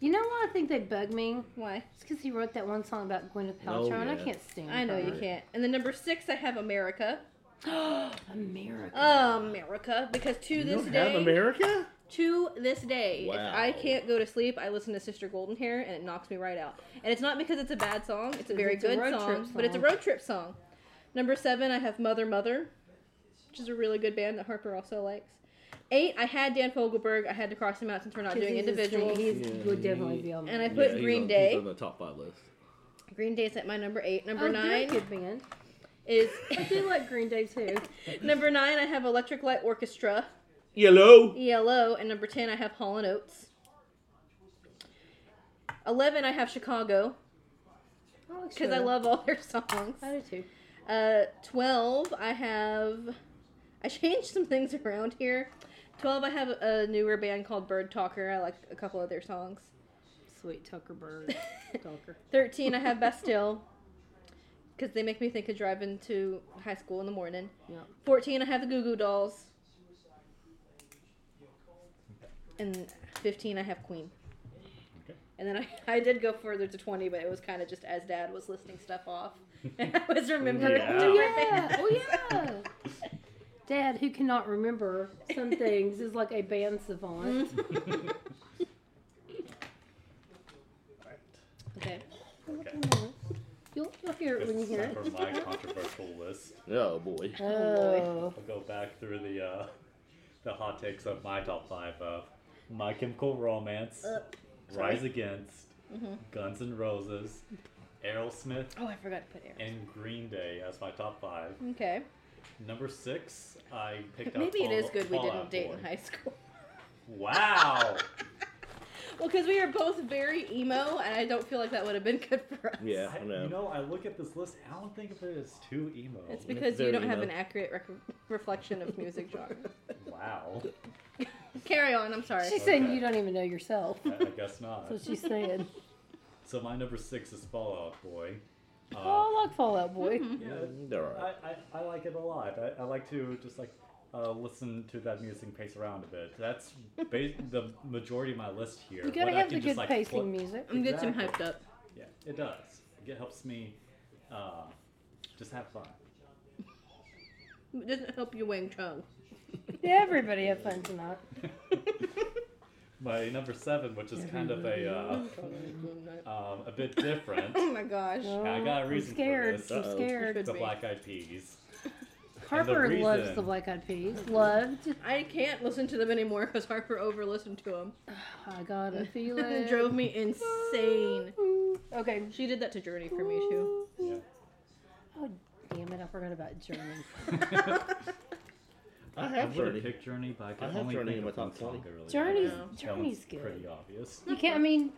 S3: You know why I think they bug me?
S4: Why?
S3: It's because he wrote that one song about Gwyneth Paltrow,
S5: Oh,
S3: and I
S5: yeah.
S3: can't stand.
S4: I know
S3: her.
S4: you can't. And then number six, I have America.
S3: America.
S4: America, because to
S5: Mm. You
S4: this
S5: don't
S4: day,
S5: have America?
S4: to this day, if
S5: Wow.
S4: I can't go to sleep, I listen to Sister Golden Hair, and it knocks me right out. And it's not because it's a bad song; it's a very
S3: It's a
S4: good
S3: road
S4: song,
S3: trip
S4: but it's a
S3: song.
S4: road trip song. Number seven, I have Mother Mother, which is a really good band that Harper also likes. Eight, I had Dan Fogelberg. I had to cross him out since we're not
S3: 'Cause
S4: doing
S3: he's a singer.
S4: individuals.
S3: He's
S5: Yeah,
S3: would definitely
S5: he-
S3: be on.
S4: And I
S3: mine.
S4: put Green Day.
S5: the top five list.
S4: Green Day's at my number eight. Number
S3: oh,
S4: nine
S3: they're a good Oh, band.
S4: is
S3: I do like Green Day too.
S4: number nine. I have Electric Light Orchestra,
S5: Yellow.
S4: ELO, and number ten I have Hall and Oates. Eleven, I have Chicago because I love all their songs.
S3: I do too.
S4: Uh, 12, I have. I changed some things around here. 12, I have a newer band called Bird Talker. I like a couple of their songs.
S3: Sweet Tucker Bird. Tucker.
S4: 13, I have Bastille. Because they make me think of driving to high school in the morning.
S3: Yeah.
S4: 14, I have the Goo Goo Dolls. And 15, I have Queen.
S6: Okay.
S4: And then I, I did go further to 20, but it was kind of just as dad was listing stuff off. And I was remembering
S5: Yeah.
S3: Oh
S4: different bands.
S3: yeah. Oh yeah. Dad, who cannot remember some things, is like a band savant.
S4: Mm-hmm.
S3: Okay.
S6: Okay.
S3: You'll, you'll hear it when you
S6: It's
S3: hear
S6: time
S3: it.
S6: for my controversial list.
S5: Oh boy.
S3: Oh.
S6: I'll go back through the uh, the hot takes of my top five of My Chemical Romance,
S3: Uh,
S6: Rise Against,
S3: Mm-hmm.
S6: Guns N' Roses, Aerosmith,
S4: Oh, I forgot to put air.
S6: and Green Day as my top five.
S4: Okay.
S6: Number six, I picked up.
S4: Maybe it is
S6: Fall-
S4: good we
S6: Fall
S4: didn't
S6: Out
S4: date
S6: Boy.
S4: in high school.
S6: Wow.
S4: Well, because we are both very emo, and I don't feel like that would have been good for us.
S5: Yeah,
S6: I,
S5: I
S6: you
S5: know.
S6: know, I look at this list. I don't think of it as too emo.
S4: It's because you
S5: very
S4: don't have
S5: emo.
S4: an accurate rec- reflection of music genre.
S6: wow.
S4: Carry on, I'm sorry.
S3: She's saying you don't even know yourself.
S6: I, I guess not.
S3: That's what she's saying.
S6: So my number six is Fallout Boy. Uh,
S3: Oh, I like Fallout Boy.
S6: yeah,
S5: They're all right.
S6: I, I, I like it a lot. I, I like to just like uh, listen to that music and pace around a bit. That's ba- the majority of my list here.
S3: You gotta
S6: What I
S3: have
S6: can
S3: the good
S6: just, like,
S3: pacing
S6: flip-
S3: music.
S4: I'm getting some
S6: Exactly.
S4: hyped up.
S6: Yeah, it does. It helps me uh, just have fun.
S4: It doesn't help you Wing Chun.
S3: Yeah, everybody have fun tonight.
S6: My number seven, which is kind of a uh, um, a bit different,
S4: Oh my gosh.
S3: Oh,
S6: I got a
S3: I'm
S6: reason for
S3: scared.
S6: this. uh,
S3: I'm
S5: Uh-oh.
S3: scared.
S4: Should
S6: the
S4: be.
S6: Black Eyed Peas.
S3: Harper
S6: the
S3: loves
S6: reason-
S3: the Black Eyed Peas. Loved.
S4: I can't listen to them anymore because Harper over listened to them.
S3: I got a feeling.
S4: It drove me insane.
S3: Okay.
S4: She did that to Journey for me too.
S6: Yeah.
S3: Oh, damn it! I forgot about German.
S5: I
S6: I
S5: have
S6: would have
S5: Journey.
S6: picked Journey, but I could
S5: I have
S6: only
S5: Journey
S6: think
S5: in
S6: of
S5: my
S6: one
S5: top
S6: song.
S5: 20.
S6: I really
S3: Journey's-
S6: liked. That
S3: Journey's
S6: one's
S3: good.
S6: Pretty obvious.
S3: You can't. I mean,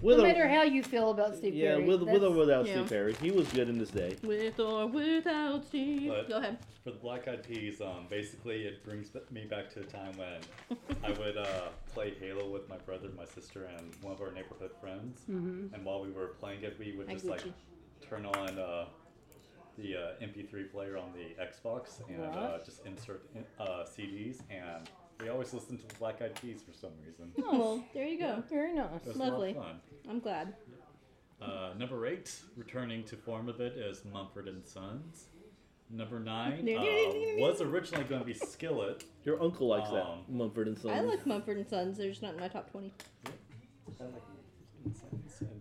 S5: With
S3: no
S5: a-
S3: matter how you feel about Steve
S5: yeah,
S3: Perry,
S5: with with or
S3: that's-
S5: without
S4: Yeah.
S5: Steve Perry, he was good in this day.
S4: With or without Steve.
S6: But-
S4: Go ahead.
S6: For the Black Eyed Peas, um, basically it brings b- me back to a time when I would uh, play Halo with my brother, my sister, and one of our neighborhood friends. Mm-hmm. And while we were playing it, we would
S4: Hi,
S6: just like
S4: Gucci.
S6: turn on uh, the uh, MP3 player on the Xbox and uh,
S3: What?
S6: just insert in, uh, CDs. And we always listened to the Black Eyed Peas for some reason.
S4: Oh, well, there you go.
S3: Very nice.
S6: It was
S4: Lovely.
S6: a lot of fun.
S4: I'm glad.
S6: Uh, number eight, returning to form of it is Mumford and Sons. Number nine uh, was originally going to be Skillet.
S5: Your uncle likes
S6: Um,
S5: that Mumford and Sons.
S4: I like Mumford and Sons. They're just not in my top twenty.
S6: And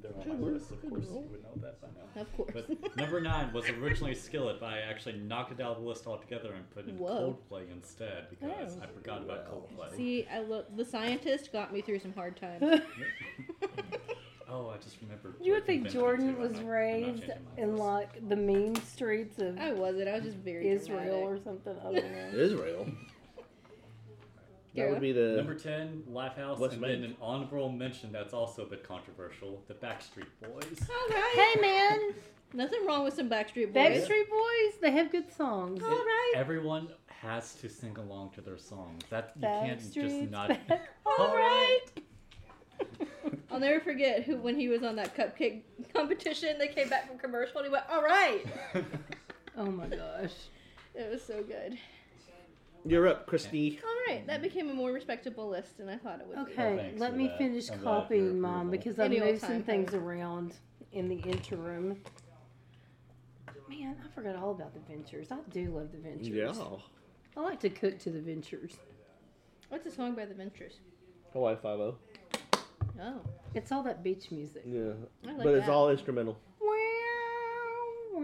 S6: they're on my list, of course. You would know that by now.
S4: Of course.
S6: But number nine was originally Skillet, but I actually knocked it out of the list altogether and put in
S4: Whoa.
S6: Coldplay instead because
S4: Oh.
S6: I forgot about Coldplay.
S4: See, I lo- the scientist got me through some hard times.
S6: Oh, I just remembered.
S3: You would
S6: Jordan
S3: think
S6: Benton,
S3: Jordan
S6: too. I'm
S3: was
S6: not- I'm not
S3: raised
S6: changing my
S3: in
S6: list.
S3: like the mean streets of
S4: I wasn't. I was just very
S3: Israel
S4: Oh, dramatic.
S3: or something. I don't know.
S5: Israel. That would be the
S6: Number ten, Lifehouse,
S5: West
S6: and then
S5: Main.
S6: an honorable mention that's also a bit controversial: the Backstreet Boys.
S4: All right.
S3: hey man,
S4: Nothing wrong with some Backstreet Boys.
S3: Backstreet Boys. They have good songs.
S4: All right.
S6: Everyone has to sing along to their songs. That you can't just
S3: Backstreet's
S6: not.
S3: back.
S6: All right.
S4: I'll never forget who when he was on that cupcake competition. They came back from commercial and he went, "All right."
S3: Oh my gosh.
S4: It was so good.
S5: You're up, Christy.
S4: All right, that became a more respectable list than I thought it would. be.
S3: Mm-hmm. Okay,
S6: thanks
S3: let
S6: for
S3: me
S6: that.
S3: finish
S6: I'm glad for your
S3: copying mine
S6: approval.
S3: because I
S4: Any old
S3: moved some
S4: time,
S3: things
S4: honey.
S3: around in the interim. Man, I forgot all about the ventures. I do love the ventures.
S5: Yeah.
S3: I like to cook to the ventures.
S4: What's a song by The Ventures?
S5: Hawaii Five oh. O.
S4: Oh,
S3: It's all that beach music.
S6: Mm.
S5: Yeah.
S4: I like
S5: but it's
S4: that.
S5: all instrumental.
S3: Wow, wow.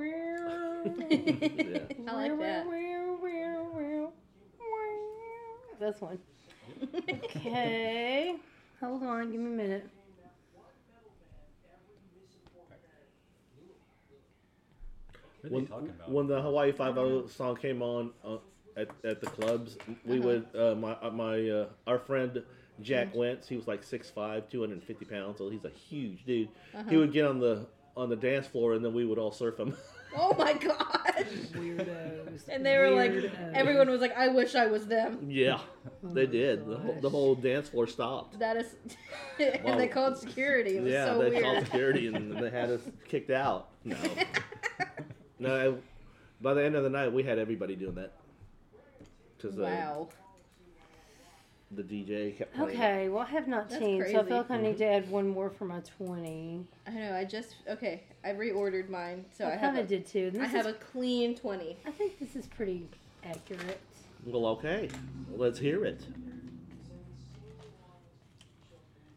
S5: Yeah.
S4: I like
S3: Wow,
S4: that.
S3: wow, wow, wow, wow. That's one. Okay. Hold on, give me a minute.
S6: What are
S5: When,
S6: they talking about?
S5: when the Hawaii Five O song came on uh, at, at the clubs, we would uh, my uh, my uh, our friend Jack Wentz. He was like 6'5", 250 pounds, so he's a huge dude. He would get on the on the dance floor, and then we would all surf him.
S4: Oh my gosh.
S3: Weirdos.
S4: And they were like,
S3: Weirdos.
S4: everyone was like, I wish I was them.
S5: yeah,
S3: Oh
S5: they
S3: my
S5: did. The whole, the
S3: gosh.
S5: whole dance floor stopped.
S4: That is, and they
S5: Wow.
S4: called security. It was
S5: yeah,
S4: so
S5: they
S4: weird.
S5: called security, and they had us kicked out. No, no. By the end of the night, we had everybody doing that because
S4: wow.
S5: the DJ kept playing.
S3: Okay, well, I have not
S4: That's
S3: seen, so I
S4: crazy.
S3: feel like I need to add one more for my 20.
S4: I know. I just okay. I reordered mine, so I,
S3: I
S4: have
S3: kind
S4: a,
S3: of did too. and
S4: I
S3: This
S4: have
S3: is,
S4: a clean twenty.
S3: I think this is pretty accurate.
S5: Well, okay. Let's hear it.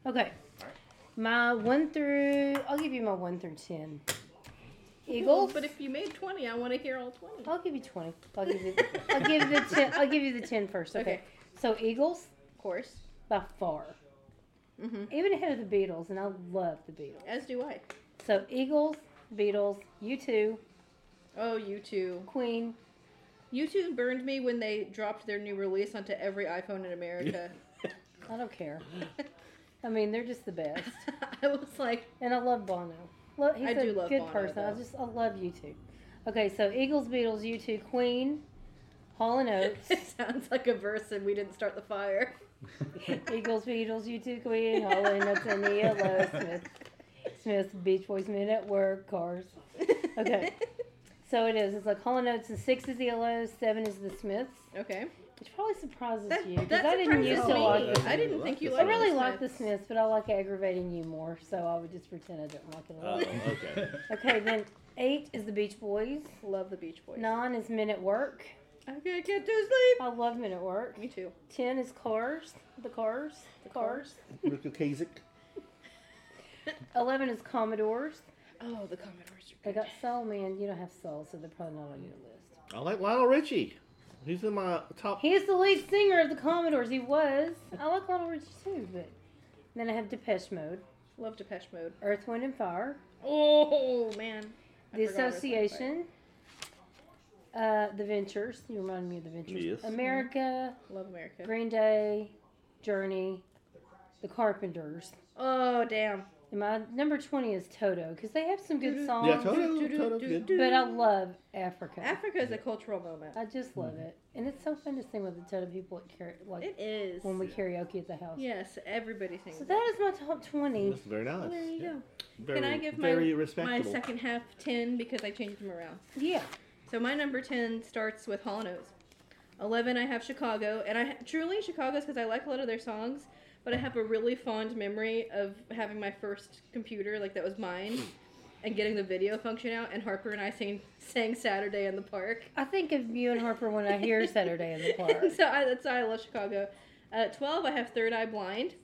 S3: Okay. My one through, I'll give you my one through 10. Eagles.
S4: Oh, But if you made twenty, I want to hear all twenty.
S3: I'll give you 20. I'll give you, I'll give you the 10. I'll give you the 10 first. Okay.
S4: Okay.
S3: So Eagles
S4: Of course,
S3: by far.
S4: Mhm.
S3: Even ahead of the Beatles, and I love the Beatles.
S4: as do I.
S3: So Eagles, Beatles, U2,
S4: Oh, you two.
S3: Queen.
S4: You two burned me when they dropped their new release onto every iPhone in America.
S3: I don't care. I mean, they're just the best.
S4: I was like,
S3: And I love Bono. Look, he's
S4: I
S3: a
S4: do love
S3: good
S4: Bono,
S3: person. I
S4: though.
S3: just I love you two. Okay, so Eagles, Beatles, U two, Queen, Hall and Oates.
S4: it sounds like a verse, and we didn't start the fire.
S3: Eagles, Beatles, U two, Queen, Hall and Oates, and ELO, Smith, Smith, Beach Boys, Men at Work, Cars. Okay. So it is. It's like Hall and Oates. The six is ELO, seven is the Smiths,
S4: Okay.
S3: which probably surprises
S4: That,
S3: you because
S4: that
S3: I didn't
S4: surprises
S3: used
S5: use
S3: to
S4: me.
S3: like.
S5: it.
S3: The,
S4: I didn't think you
S5: I
S3: I
S4: liked
S3: really
S4: the
S3: like the
S4: Smiths.
S3: Smiths, but I like aggravating you more, so I would just pretend I don't like it a
S5: Oh,
S3: lot.
S5: okay.
S3: Okay, then eight is the Beach Boys.
S4: Love the Beach Boys.
S3: Nine is Men at Work.
S4: Okay, I can't do sleep.
S3: I love Men at Work.
S4: Me too.
S3: Ten is Cars. The Cars. The Cars.
S5: Luka Kasich.
S3: Eleven is Commodores.
S4: Oh, the Commodores are
S3: They
S4: good.
S3: got Soul Man. You don't have Soul, so they're probably not on your list.
S5: I like Lionel Richie. He's in my top.
S3: He is the lead singer of the Commodores. He was. I like Lionel Richie too, but then I have Depeche Mode,
S4: Love Depeche Mode.
S3: Earth, Wind, and Fire,
S4: Oh man. I
S3: The
S4: forgot I was like,
S3: Association, uh, The Ventures. You remind me of The Ventures.
S5: Yes.
S3: America,
S4: right. Love America.
S3: Green Day, Journey, The Carpenters.
S4: Oh damn.
S3: And my number 20 is Toto because they have some
S4: Mm-hmm.
S3: good songs.
S5: Yeah, Toto. Toto's good.
S3: But I love Africa.
S4: Africa is a cultural moment.
S3: I just love
S5: Mm-hmm.
S3: it. And it's so fun to sing with the Toto people at kara- like
S4: It is.
S3: when we karaoke at the house.
S4: Yes, everybody sings.
S3: So
S4: it.
S3: that is my top 20.
S5: That's very nice.
S4: there you go.
S5: Very,
S4: Can I give my
S5: very
S4: my
S5: respectable.
S4: second half ten because I changed them around.
S3: Yeah.
S4: So my number ten starts with Hall and Oates. Eleven, I have Chicago, and I ha- truly Chicago's because I like a lot of their songs, but I have a really fond memory of having my first computer, like that was mine,
S5: Hmm.
S4: and getting the video function out, and Harper and I sang, sang Saturday in the Park.
S3: I think of you and Harper when I hear Saturday in the Park.
S4: so I, that's why I love Chicago. Uh, Twelve, I have Third Eye Blind.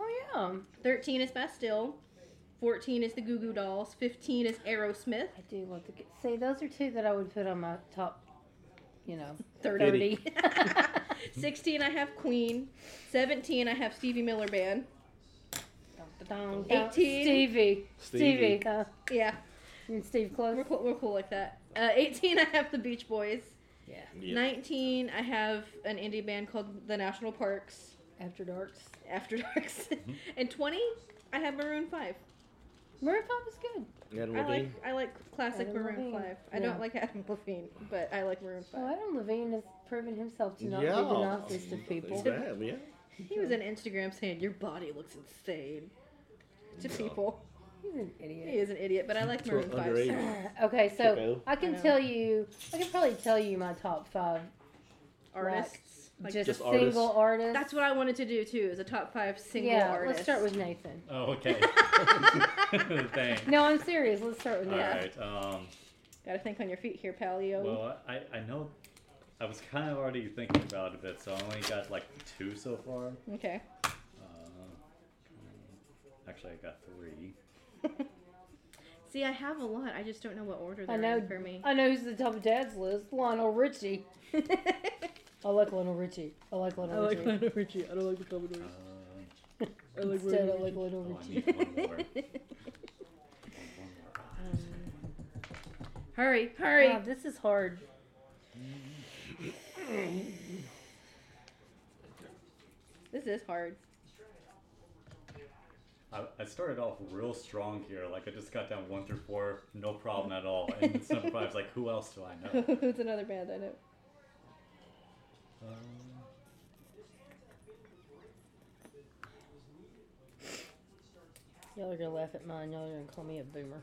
S3: Oh, yeah.
S4: 13 is Bastille. 14 is the Goo Goo Dolls. 15 is Aerosmith.
S3: I do love the. See, those are two that I would put on my top, you know,
S4: 30. 16, I have Queen. 17, I have Stevie Miller Band.
S3: Dong, dong.
S4: 18.
S3: Stevie. Stevie.
S5: Stevie.
S3: uh,
S4: Yeah,
S3: and Steve
S4: we're
S3: Close.
S4: cool, we're cool like that. Uh, 18, I have the Beach Boys.
S3: Yeah.
S5: Yeah.
S4: 19, I have an indie band called the National Parks
S3: After Darks.
S4: After Darks. and 20, I have Maroon 5.
S3: Maroon 5 was good.
S5: Adam
S4: I like
S5: Levine.
S4: I like classic
S3: Adam
S4: Maroon
S3: Levine.
S4: 5. I
S3: Yeah.
S4: don't like Adam Levine, but I like Maroon 5.
S3: Oh, Adam Levine has proven himself to not
S5: Yeah.
S3: be the nicest of people.
S5: He's bad, yeah.
S4: He was on Instagram saying your body looks insane to
S5: Yeah.
S4: people.
S3: He's an
S4: He
S3: idiot. Uh,
S4: is an idiot, but I like
S5: To
S4: Maroon
S5: an
S4: Five.
S5: underage.
S4: so-
S3: Okay, so
S5: Sicko.
S3: I
S4: I
S3: can
S4: know.
S3: tell you, I can probably tell you my top five,
S4: Artists, like,
S3: just,
S5: Just
S3: single
S5: artists.
S3: artist.
S4: that's what I wanted to do too. Is a top five single
S3: yeah,
S4: artist.
S3: let's start with Nathan.
S6: Oh, okay. Thanks.
S3: No, I'm serious. Let's start with
S6: All
S3: Nathan.
S6: right. Um,
S4: Got to think on your feet here, Palio.
S6: well, I, I know I was kind of already thinking about it a bit, so I only got like two so far.
S4: okay.
S6: Uh, actually, I got three.
S4: See, I have a lot. I just don't know what order they're
S3: I know.
S4: in for me.
S3: I know who's the top of Dad's list. Lionel Richie. I like Lionel Richie. I like Lionel Richie.
S2: Richie. I don't like the Commodores.
S6: Um,
S2: I
S3: Instead, I like Lionel
S6: oh, I
S3: Richie.
S6: need one more. One more.
S4: hurry, hurry.
S3: God, this is hard.
S4: This is hard.
S6: I, I started off real strong here. Like I just got down one through four, no problem at all. And it's number five. It's like, who else do I know?
S4: it's another band I know.
S6: Um,
S3: Y'all are gonna laugh at mine. Y'all are gonna call me a boomer,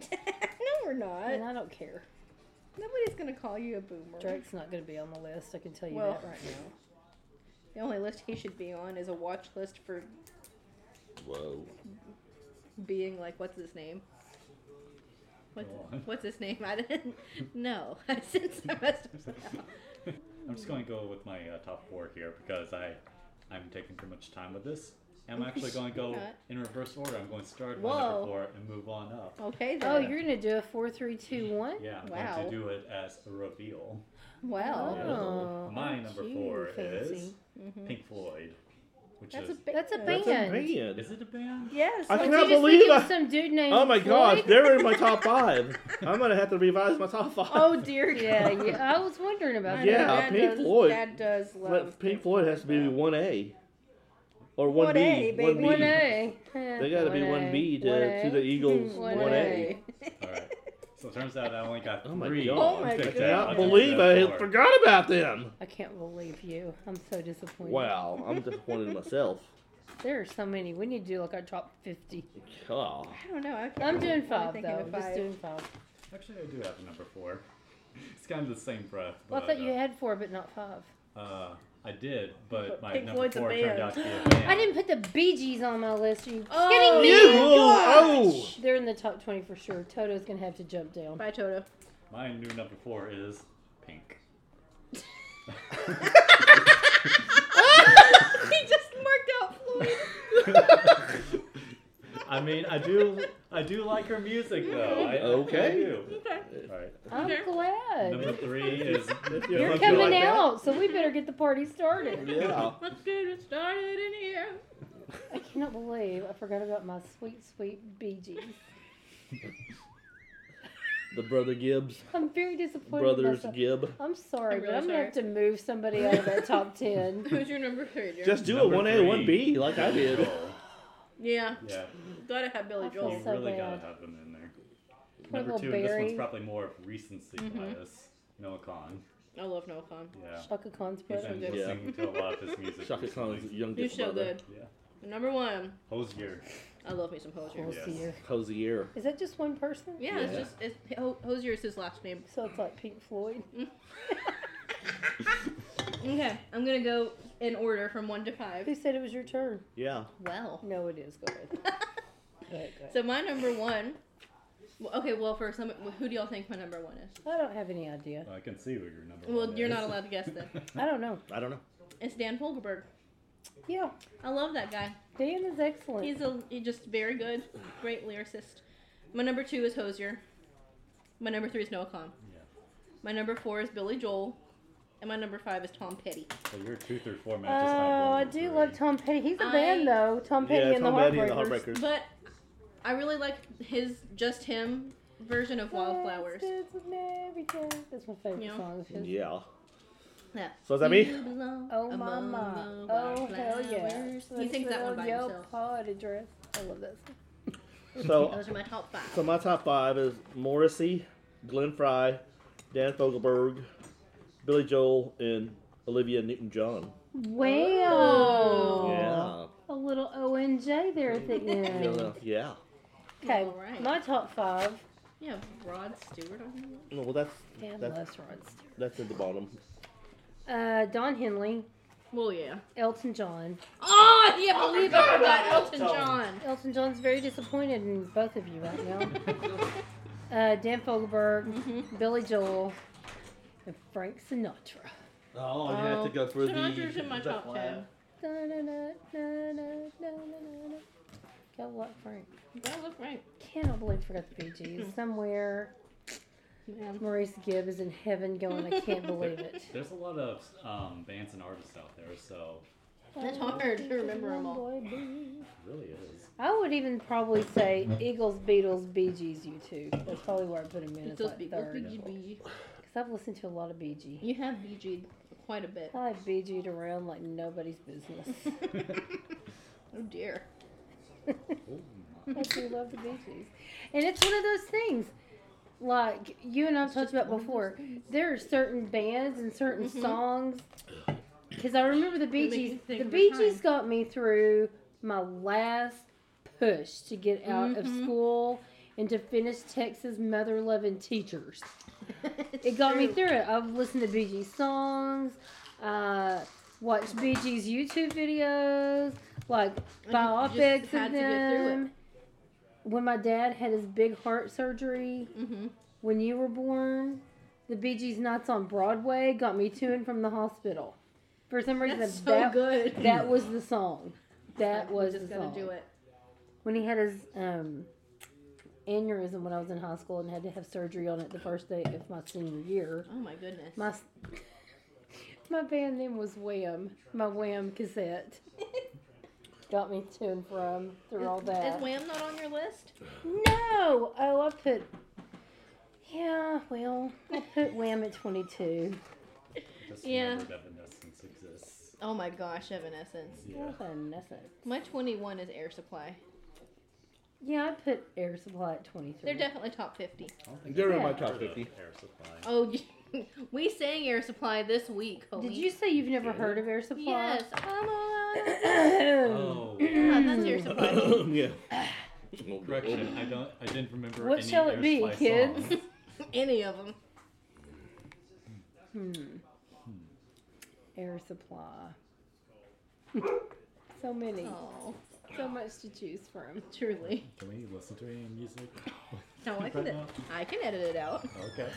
S4: no, we're
S3: and
S4: not.
S3: I don't care.
S4: Nobody's gonna call you a boomer.
S3: Drake's not gonna be on the list. I can tell you
S4: Well-
S3: that right now.
S4: The only list he should be on is a watch list for
S5: Whoa.
S4: being like, what's his name? What's,
S6: Go on.
S4: what's his name? I didn't know. I since I messed up. somehow.
S6: I'm just going to go with my uh, top four here because I, I'm taking too much time with this. I'm actually going to go
S4: Alright.
S6: in reverse order. I'm going to start with my
S4: Whoa.
S6: number four and move on up.
S4: Okay then.
S3: Oh, you're gonna do a four, three, two, one.
S6: Yeah, I'm
S4: Wow.
S6: going to do it as a reveal.
S4: well.
S6: Yeah.
S3: Oh,
S6: my
S3: aren't
S6: number
S3: you
S6: four is
S3: fancy.
S6: Pink Floyd, which
S4: Mm-hmm. That's a
S6: is
S4: big.
S3: That's a
S5: That's
S3: big-
S5: a
S3: Band.
S5: band.
S6: is it a band?
S4: Yes.
S5: I
S4: that's
S5: cannot
S3: Did you just
S5: believe
S3: think it was
S5: I-
S3: some dude named.
S5: Oh my
S3: Floyd?
S5: gosh, they're in my top five. I'm gonna have to revise my top five.
S4: Oh dear.
S3: Yeah, yeah. I was wondering
S4: I
S3: about
S4: know,
S3: that.
S5: Yeah,
S4: Dad
S5: Pink
S4: does,
S5: Floyd.
S4: Dad does love.
S5: But Pink Floyd has to be one A, or
S4: 1A,
S5: one B.
S4: baby.
S5: One
S3: One
S5: B.
S3: A.
S5: They got to be one B to to the Eagles.
S3: One
S5: One A.
S3: A.
S6: All right. So it turns out I only got
S5: Oh my
S6: three.
S5: God.
S4: Oh my
S5: I
S6: picked
S4: God.
S6: out.
S5: cannot
S6: took
S5: believe
S6: that
S5: I
S6: far.
S5: forgot about them.
S3: I can't believe you. I'm so disappointed.
S5: Wow, I'm disappointed in myself.
S3: There are so many. We need to do like our top 50.
S5: God.
S4: I don't know. I can't
S3: I'm
S4: really-
S3: doing
S4: really
S3: five
S4: thinking
S3: though.
S4: of
S3: Just
S4: five.
S3: doing five.
S6: Actually, I do have a number four. It's kind of the same breath. But,
S3: Well, I thought you
S6: uh,
S3: had four, but not five.
S6: Uh, I did, but
S4: But
S6: my
S4: Pink
S6: number
S4: Floyd's a
S6: four
S4: band.
S6: turned out to be a band.
S3: I didn't put the Bee Gees on my list. Are you
S4: Oh,
S3: kidding me?
S5: You. Oh.
S3: They're in the top 20 for sure. Toto's gonna have to jump down.
S4: Bye, Toto.
S6: My new number four is Pink.
S5: Ah!
S4: he just marked out Floyd.
S6: I mean, I do, I do like her music though. I,
S5: Okay.
S6: I do.
S4: Okay.
S6: All right.
S3: I'm
S4: Okay.
S6: Number
S3: glad.
S6: three is
S3: You're
S5: If you
S3: coming
S5: like that.
S3: out, so we better get the party started.
S5: Yeah.
S4: Let's get it started in here.
S3: I cannot believe I forgot about my sweet, sweet Bee Gees.
S5: The brother Gibbs,
S3: I'm very disappointed. in
S5: brothers
S3: myself.
S5: Gibb.
S3: I'm sorry,
S4: I'm
S3: but
S4: really
S3: I'm gonna have to move somebody out of that top 10.
S4: Who's your number three, Jared?
S5: Just do
S6: Number
S5: a one A,
S6: three.
S5: one B, like I did.
S6: Joel.
S4: yeah.
S6: Yeah,
S4: Gotta have Billy
S3: I
S6: you
S3: feel
S4: Joel.
S3: so
S6: really gotta
S3: bad.
S6: have them in there.
S3: Wanna
S6: Number
S3: go
S6: two, and this one's
S3: Barry?
S6: probably more of recency bias. Noah Khan.
S4: I love Noah Khan.
S6: Yeah.
S3: Shaka Khan's
S6: He's
S3: brother.
S6: been
S5: Yeah.
S6: listening to a lot of his music.
S5: Shaka
S6: recently.
S5: Khan's youngest
S4: He's so
S5: brother.
S4: good.
S6: Yeah.
S4: Number one,
S6: Hosier.
S4: I love me some Hosier.
S6: Hos-
S3: Hosier.
S5: Hosier.
S3: Is that just one person?
S4: Yeah, it's
S5: Yeah.
S4: just it's, Ho- Hosier is his last name.
S3: So it's like Pink Floyd.
S4: Okay, I'm gonna go in order from one to five.
S3: Who said it was your turn?
S5: Yeah.
S4: Well.
S3: No, it is. Go ahead. Go ahead, go ahead.
S4: So my number one. Well, okay, well first, let me- who do y'all think my number one is?
S3: I don't have any idea.
S6: I can see who your number one
S4: Well, you're not
S6: is.
S4: allowed to guess then.
S3: I don't know.
S5: I don't know.
S4: It's Dan Fogelberg.
S3: Yeah,
S4: I love that guy.
S3: Dan is excellent.
S4: He's a he's just very good, great lyricist. My number two is Hosier. My number three is Noah Kahan.
S6: Yeah.
S4: My number four is Billy Joel, and my number five is Tom Petty.
S6: So your two through four
S3: oh,
S6: matches.
S3: I do love Tom Petty. He's a band
S4: I-
S3: though. Tom Petty
S5: yeah,
S3: and
S5: Tom
S3: the
S5: Petty and the
S3: Heartbreakers.
S5: Heartbreakers.
S4: But I really like his just him version of Wildflowers.
S3: Danced with Mary Jane. That's my favorite
S4: Yeah.
S3: song of his.
S5: Yeah.
S4: Yeah.
S5: So is that me?
S4: You belong
S3: Oh
S4: among
S3: mama,
S4: the
S3: oh hell yeah!
S4: wildflowers. He sings that one by
S3: Your
S4: himself.
S3: party dress. I love that. Song.
S5: So
S4: Those are my top five.
S5: so my top five is Morrissey, Glenn Fry, Dan Fogelberg, Billy Joel, and Olivia Newton John.
S3: Wow,
S5: Yeah.
S3: a little O N J there at the
S5: Yeah.
S3: end.
S5: yeah.
S3: Okay,
S4: All right.
S3: my top five.
S4: You have Rod Stewart on here.
S5: No, well that's
S3: Dan
S5: that's
S3: loves Rod Stewart.
S5: that's at the bottom.
S3: Uh, Don Henley,
S4: Well, yeah.
S3: Elton John.
S4: Oh, I can't believe I forgot Elton John.
S3: Elton John's very disappointed in both of you right now. uh, Dan Fogelberg,
S4: Mm-hmm.
S3: Billy Joel, and Frank Sinatra.
S5: Oh,
S4: you have to
S5: go through
S4: Sinatra's in my top ten.
S3: Da, da, da, da, da, da, da, da. Gotta love Frank.
S4: That look right.
S3: Cannot believe I forgot the Bee Gees. Somewhere,
S4: Man.
S3: Maurice Gibb is in heaven going, I can't believe it.
S6: There's a lot of um, bands and artists out there, so
S4: That's hard to remember 'em all.
S3: One boy bee.
S6: it really is.
S3: I would even probably say Eagles, Beatles, Bee Gees, you two. That's probably where I put them in. as
S4: Those
S3: like
S4: big,
S3: third.
S4: those big bee.
S3: Because I've listened to a lot of Bee Gees.
S4: You have BG'd quite a bit.
S3: I BG'd around like nobody's business.
S4: Oh dear.
S3: I do love the Bee Gees. And it's one of those things, like you and I've talked about before. There are certain bands and certain songs. Because I remember the Bee
S1: That Mm-hmm. make you
S3: Gees.
S1: think
S3: The
S1: of a
S3: Bee
S1: time.
S3: Gees got me through my last push to get out
S1: Mm-hmm.
S3: of school and to finish Texas Mother Loving Teachers. It got me through it. I've listened to Bee Gees songs, uh, watched Bee Gees YouTube videos, like
S4: you
S3: biopics
S4: just had
S3: of
S4: to get through it.
S3: them. When my dad had his big heart surgery,
S4: Mm-hmm.
S3: when you were born, the Bee Gees Nights on Broadway got me to and from the hospital. For some reason,
S4: That's so
S3: that,
S4: good.
S3: that was the song. That
S4: Like, we
S3: was
S4: just
S3: the
S4: gotta
S3: song
S4: do it.
S3: when he had his um, aneurysm when I was in high school and had to have surgery on it the first day of my senior year.
S4: Oh my goodness.
S3: My s- my band name was Wham. My Wham cassette got me to and from through all
S4: Is-
S3: that.
S4: Is Wham not on your list?
S3: no, oh I put yeah. Well, I put Wham at twenty two.
S6: Just
S4: Yeah.
S6: remembered Evanescence exists.
S4: Oh my gosh, Evanescence.
S6: Yeah.
S4: My 21 is Air Supply.
S3: Yeah, I put Air Supply at twenty
S4: They're
S3: three.
S4: definitely top 50.
S6: I don't think
S5: They're in
S6: I've
S5: my
S6: ever
S5: top
S6: heard of
S5: 50.
S6: Air Supply.
S4: Oh, we sang Air Supply this week.
S3: Did
S4: homie.
S3: you say you've never heard of Air Supply?
S4: Yes. Come on.
S6: Oh,
S4: Yeah, that's Air Supply.
S5: yeah.
S6: correction. I don't. I didn't remember.
S3: What
S6: any
S3: shall
S6: Air
S3: it be,
S6: Supply
S3: kids?
S6: songs.
S4: Any of them.
S3: Air Supply. so many.
S4: Oh,
S3: So much to choose from.
S4: truly.
S6: Can we listen to any music?
S4: No, I can. I can edit it out.
S6: Okay.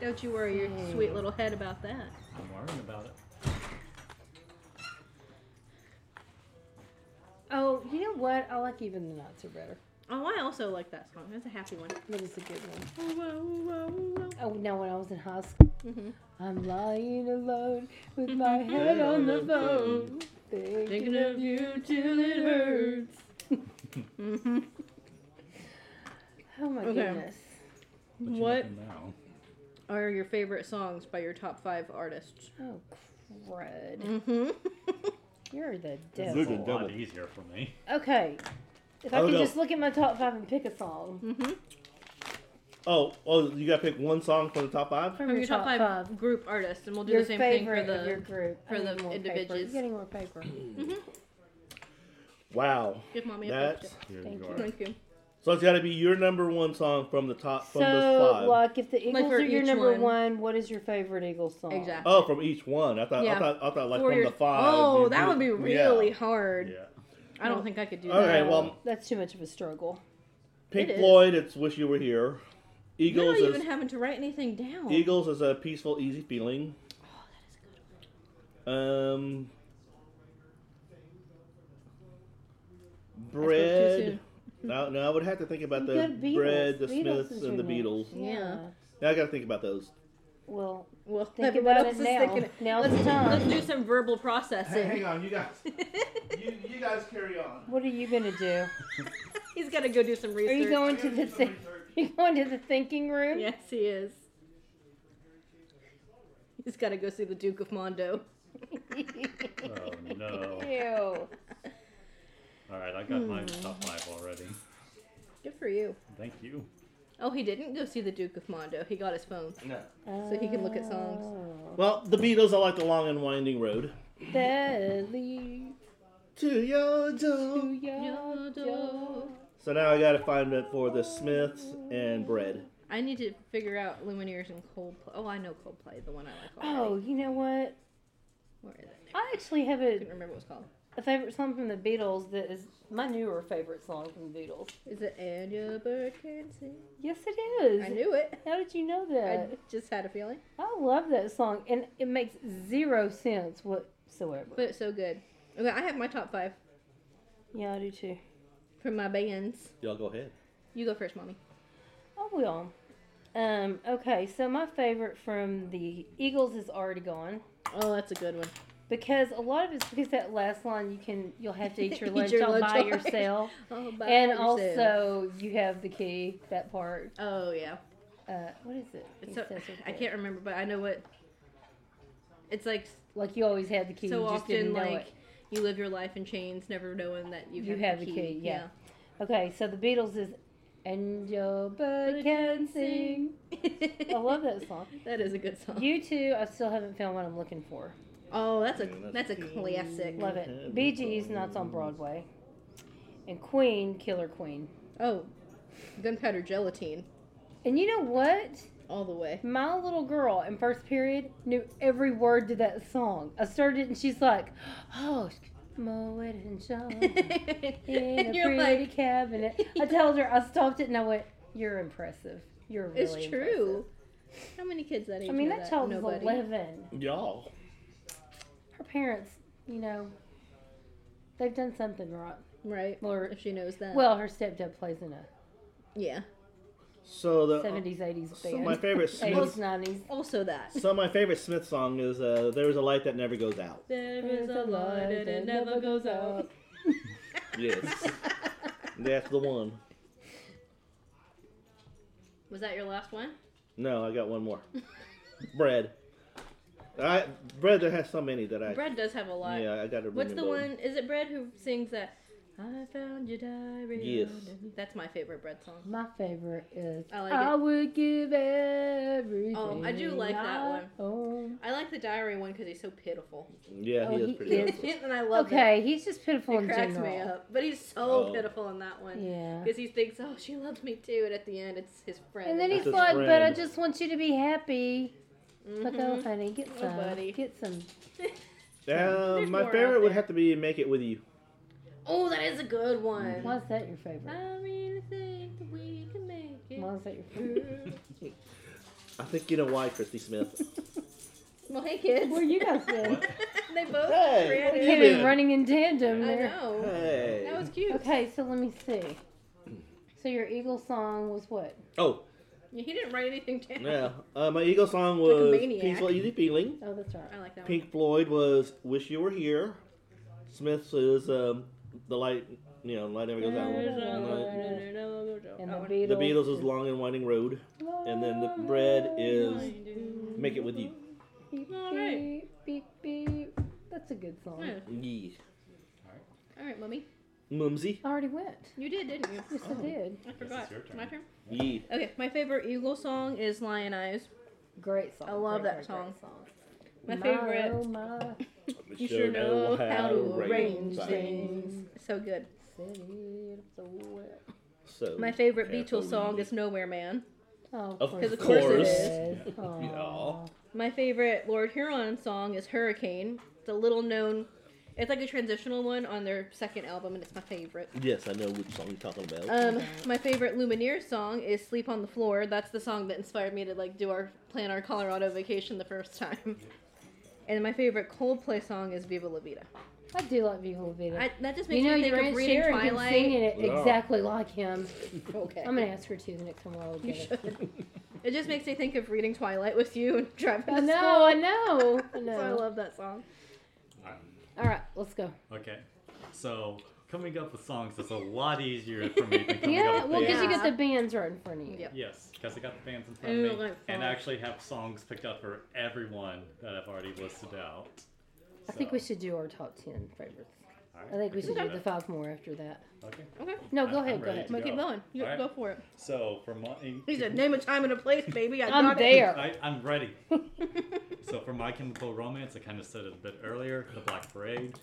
S4: Don't you worry your
S3: Mm.
S4: sweet little head about that.
S6: I'm worrying about it.
S3: Oh, you know what? I like even the nuts are better.
S4: Oh, I also like that song. That's a happy one.
S3: That is a good one.
S4: Ooh, whoa, ooh, whoa, ooh, whoa.
S3: Oh, now when I was in high school,
S4: Mhm.
S3: I'm lying alone with my head on the phone, thinking of you till it hurts.
S4: Mhm.
S3: Oh my
S4: Okay.
S3: goodness.
S6: But you
S4: What?
S6: never know.
S4: Are your favorite songs by your top five artists?
S3: Oh crud!
S4: Mm-hmm.
S3: You're the
S6: This
S3: devil.
S6: is a
S5: Double.
S6: lot easier for me.
S3: Okay. If I
S5: Oh,
S3: could
S5: no.
S3: just look at my top five and pick a song
S4: mm-hmm.
S5: Oh, oh, you gotta pick one song from the top five.
S3: from
S4: Or your top five, group artists, and we'll do
S3: your
S4: the same thing for
S3: favorite of your
S4: the.
S3: group I
S4: for the
S3: need more paper.
S4: individuals.
S3: You're Getting more paper.
S5: Wow,
S4: Give mommy a
S5: that's
S4: picture.
S6: Here
S3: Thank you.
S4: Thank you.
S5: so. It's gotta be your number one song from the top from the
S3: So,
S5: five.
S4: uh,
S3: like, if the Eagles
S4: for
S3: are your
S4: each
S3: number
S4: one.
S3: one. what is your favorite Eagles song?
S4: Exactly.
S5: Oh, from each one. I thought.
S4: Yeah.
S5: I thought. I thought like
S4: For
S5: from
S4: your-
S5: the five.
S4: Oh,
S5: you
S4: that
S5: do-
S4: would be
S5: yeah.
S4: really hard.
S6: Yeah.
S4: I don't think I could do
S5: All
S4: that.
S5: right. Well,
S3: That's too much of a struggle.
S5: Pink
S4: It is.
S5: Floyd. It's "Wish You Were Here."
S4: You're
S5: Eagles
S4: not
S5: is
S4: even having to write anything down.
S5: Eagles is a peaceful, easy feeling. Um, bread. Now, now I would have to think about
S3: You
S5: the
S3: got Beatles.
S5: bread, the
S3: Beatles
S5: Smiths,
S3: is
S5: and the
S3: your
S5: Beatles.
S3: next.
S4: Yeah.
S5: Now I got to think about those.
S3: Well,
S4: Well,
S3: Think
S4: everyone
S3: about
S4: else
S3: it
S4: is
S3: now.
S4: thinking it.
S3: Now's
S4: let's,
S3: the time.
S4: let's do some verbal processing.
S5: on, you guys. you, you guys carry on.
S3: what are you gonna do?
S4: He's got to go do some research.
S3: Are you going to the thi- you going to the thinking room?
S4: Yes, he is. He's got to go see the Duke of Mondo.
S6: Oh no.
S3: Ew.
S6: All right, I got my
S3: Hmm.
S6: top five already.
S4: Good for you.
S6: Thank you.
S4: Oh, he didn't go see the Duke of Mondo. He got his phone. So he can look at songs.
S3: Oh.
S5: Well, the Beatles. I like the long and winding road.
S3: Belly
S5: To your
S3: to
S5: door.
S4: Uh,
S3: your door.
S5: So now I got to find it for the Smiths and bread.
S4: I need to figure out Lumineers and Coldplay. Oh, I know Coldplay, the one I like.
S3: Oh,
S4: Already.
S3: you know what?
S4: where is it?
S3: I actually have
S4: I
S3: a,
S4: couldn't remember what it's called.
S3: a favorite song from the Beatles that is my newer favorite song from the Beatles.
S4: Is it And Your Bird Can Sing?
S3: Yes, it is.
S4: I knew it.
S3: How did you know
S4: I
S3: that?
S4: just had a feeling.
S3: I, love that song, and it makes zero sense whatsoever.
S4: But it's so good. Okay, I have my top five
S3: yeah, I do too.
S4: from my bands.
S5: Y'all go ahead.
S4: You go first, mommy.
S3: I will. Um, okay, so my favorite from the Eagles is already gone
S4: Oh, that's a good one.
S3: because a lot of it's because that last line you can you'll have to eat your
S4: Eat
S3: lunch
S4: your
S3: all
S4: lunch
S3: by
S4: all by
S3: yourself,
S4: Oh, by
S3: and
S4: yourself.
S3: also you have the key that part.
S4: Oh yeah.
S3: Uh, what is it? He
S4: It's so,
S3: says it
S4: I
S3: there.
S4: can't remember, but I know what. It's like
S3: Like you always had the key.
S4: so
S3: you just didn't
S4: often,
S3: know
S4: like
S3: it.
S4: you live your life in chains, never knowing that you,
S3: You
S4: have,
S3: have
S4: the
S3: the
S4: key.
S3: key, yeah. Okay, so the Beatles is and your bird can sing. I love that song.
S4: That is a good song.
S3: You two, I still haven't found what I'm looking for.
S4: oh, that's a
S5: Yeah,
S4: that's a classic.
S3: Love it. Bee Gees, Nuts on Broadway. And Queen, Killer Queen.
S4: Oh, gunpowder gelatine
S3: And you know what?
S4: all the way.
S3: My little girl in first period knew every word to that song. I started it and she's like, oh, mow it and show in a
S4: and you're
S3: pretty
S4: like,
S3: cabinet. I told her, I stopped it and I went, you're impressive. You're really
S4: it's true. How many kids that age?
S3: impressive." I mean,
S4: know
S3: that child
S4: Nobody.
S3: was 11.
S5: Y'all.
S3: Her parents, you know, they've done something right.
S4: right?
S3: Or,
S4: If she knows that.
S3: well, her stepdad plays in a
S4: yeah.
S5: So the
S3: 70s, 80s
S5: so
S3: band.
S5: my favorite Smith
S3: 80s, 90s.
S4: Also that.
S5: so my favorite Smith song is uh, "There Is a Light That Never Goes Out."
S4: There
S3: is a light and it never goes out.
S5: Yes, that's the one.
S4: Was that your last one?
S5: No, I got one more. bread. I bread that has so many that I
S4: Brad does have a lot.
S5: yeah I got to.
S4: What's the one? Is it Brad who sings that? I found your diary.
S5: Yes.
S4: on-" That's my favorite Brad song.
S3: My favorite is
S4: I
S3: I,
S4: like
S3: would give everything.
S4: Oh, I do like that
S3: I
S4: one.
S3: own.
S4: I like the diary one because he's so pitiful.
S5: Yeah,
S3: Oh,
S5: he
S3: he
S5: is pretty.
S3: is.
S5: good.
S4: and I love it.
S3: Okay, he's just pitiful
S4: It
S3: in
S4: cracks
S3: general.
S4: me up. But he's so
S5: Oh.
S4: pitiful in that one.
S3: Yeah.
S4: Because he thinks, oh, she loves me too. And at the end, it's his friend.
S3: And then
S5: That's
S3: he's
S5: his
S3: like, but I
S5: friend.
S3: just want you to be happy.
S4: Mhm.
S3: Like, oh, honey, get
S4: Oh,
S3: some.
S4: buddy.
S3: Get some.
S5: Uh,
S4: There's
S5: my
S4: more out
S5: favorite would
S4: there.
S5: have to be "Make It With You."
S4: Oh, that is a good one.
S3: Why is that your favorite?
S4: I really think that we can make it.
S3: Why is that your favorite?
S4: through.
S5: I think you know why, Christy Smith.
S4: well, hey, kids.
S3: Where you guys been?
S4: they both
S5: Hey,
S4: created.
S5: what
S3: Came
S5: Yeah.
S3: in running in tandem
S4: I
S3: there.
S4: know.
S5: hey.
S4: That was cute.
S3: Okay, so let me see. So your eagle song was what?
S5: oh
S4: Yeah, He didn't write anything down.
S5: yeah, uh, my Eagle song
S4: Like a
S5: was
S4: maniac.
S5: "Peaceful Easy Feeling."
S3: Oh, that's right.
S4: I like that
S5: Pink Floyd was "Wish You Were Here." Smith's is um, "The Light," you know, "Light Never Goes Out."
S3: There's And the
S4: one.
S3: Beatles.
S5: The Beatles is "Long and Winding Road," and then the bread is "Make It With You."
S3: Beep,
S4: All right.
S3: beep, beep, beep. That's a good song.
S5: Yeah.
S4: All right, mummy.
S5: Mumsy.
S3: I already went.
S4: You did, didn't you? Oh,
S3: Yes, I did.
S4: I forgot.
S6: your turn.
S4: My turn.
S5: Yeah.
S4: Okay, my favorite Eagle song is "Lion Eyes."
S3: Great song.
S4: I love
S3: Great,
S4: that
S3: great,
S4: song.
S3: great song.
S4: My
S3: My,
S4: favorite.
S3: oh, my
S4: You sure know how to arrange things. So good.
S3: city of the world.
S5: So oh,
S4: My favorite
S5: careful
S4: Beatles song
S5: we-
S4: is Nowhere Man.
S3: Oh,
S5: Of
S3: course,
S4: of course it
S5: is.
S3: is. Aw.
S4: My favorite Lord Huron song is Hurricane. It's a little known, it's like a transitional one on their second album, and it's my favorite.
S5: Yes, I know which song you're talking about.
S4: Um, my favorite Lumineer song is "Sleep on the Floor." That's the song that inspired me to like do our plan our Colorado vacation the first time. And my favorite Coldplay song is "Viva La Vida."
S3: I do like Viva La Vida.
S4: I, that just makes
S3: you know,
S4: me think
S3: your
S4: of
S3: Aunt
S4: reading
S3: Sharon can
S4: Twilight.
S3: sing it
S5: Yeah.
S3: exactly like him.
S4: Okay.
S3: I'm gonna ask her to the next time we're all
S4: You
S3: together.
S4: should. it just makes me think of reading Twilight with you and driving
S3: I
S4: to
S3: know, I
S4: school.
S3: know, I
S4: So I
S3: know.
S4: love that song.
S3: All right, let's go.
S6: Okay, so coming up with songs is a lot easier for me than coming
S3: Yeah,
S6: up
S3: well,
S6: with
S3: because
S6: bands.
S3: you
S4: Yeah.
S3: get the bands right in front of you.
S4: Yep.
S6: Yes, because I got the bands in front of
S4: Ooh,
S6: me,
S4: like
S6: and I
S4: fun.
S6: actually have songs picked up for everyone that I've already listed out.
S3: I think we should do our top ten favorites. I think we should do the five more after that.
S6: Okay.
S4: Okay.
S3: No,
S6: I-
S3: go
S6: I'm
S3: ahead, go
S6: ready
S3: ahead.
S4: I'm gonna keep
S6: go.
S4: going. You
S6: All right.
S4: go for it.
S6: So for my,
S4: He said, "Name a time and a place, baby." I
S3: I'm
S4: got it."
S3: there.
S6: I, I'm ready. so for My Chemical Romance, I kind of said it a bit earlier, The Black Parade.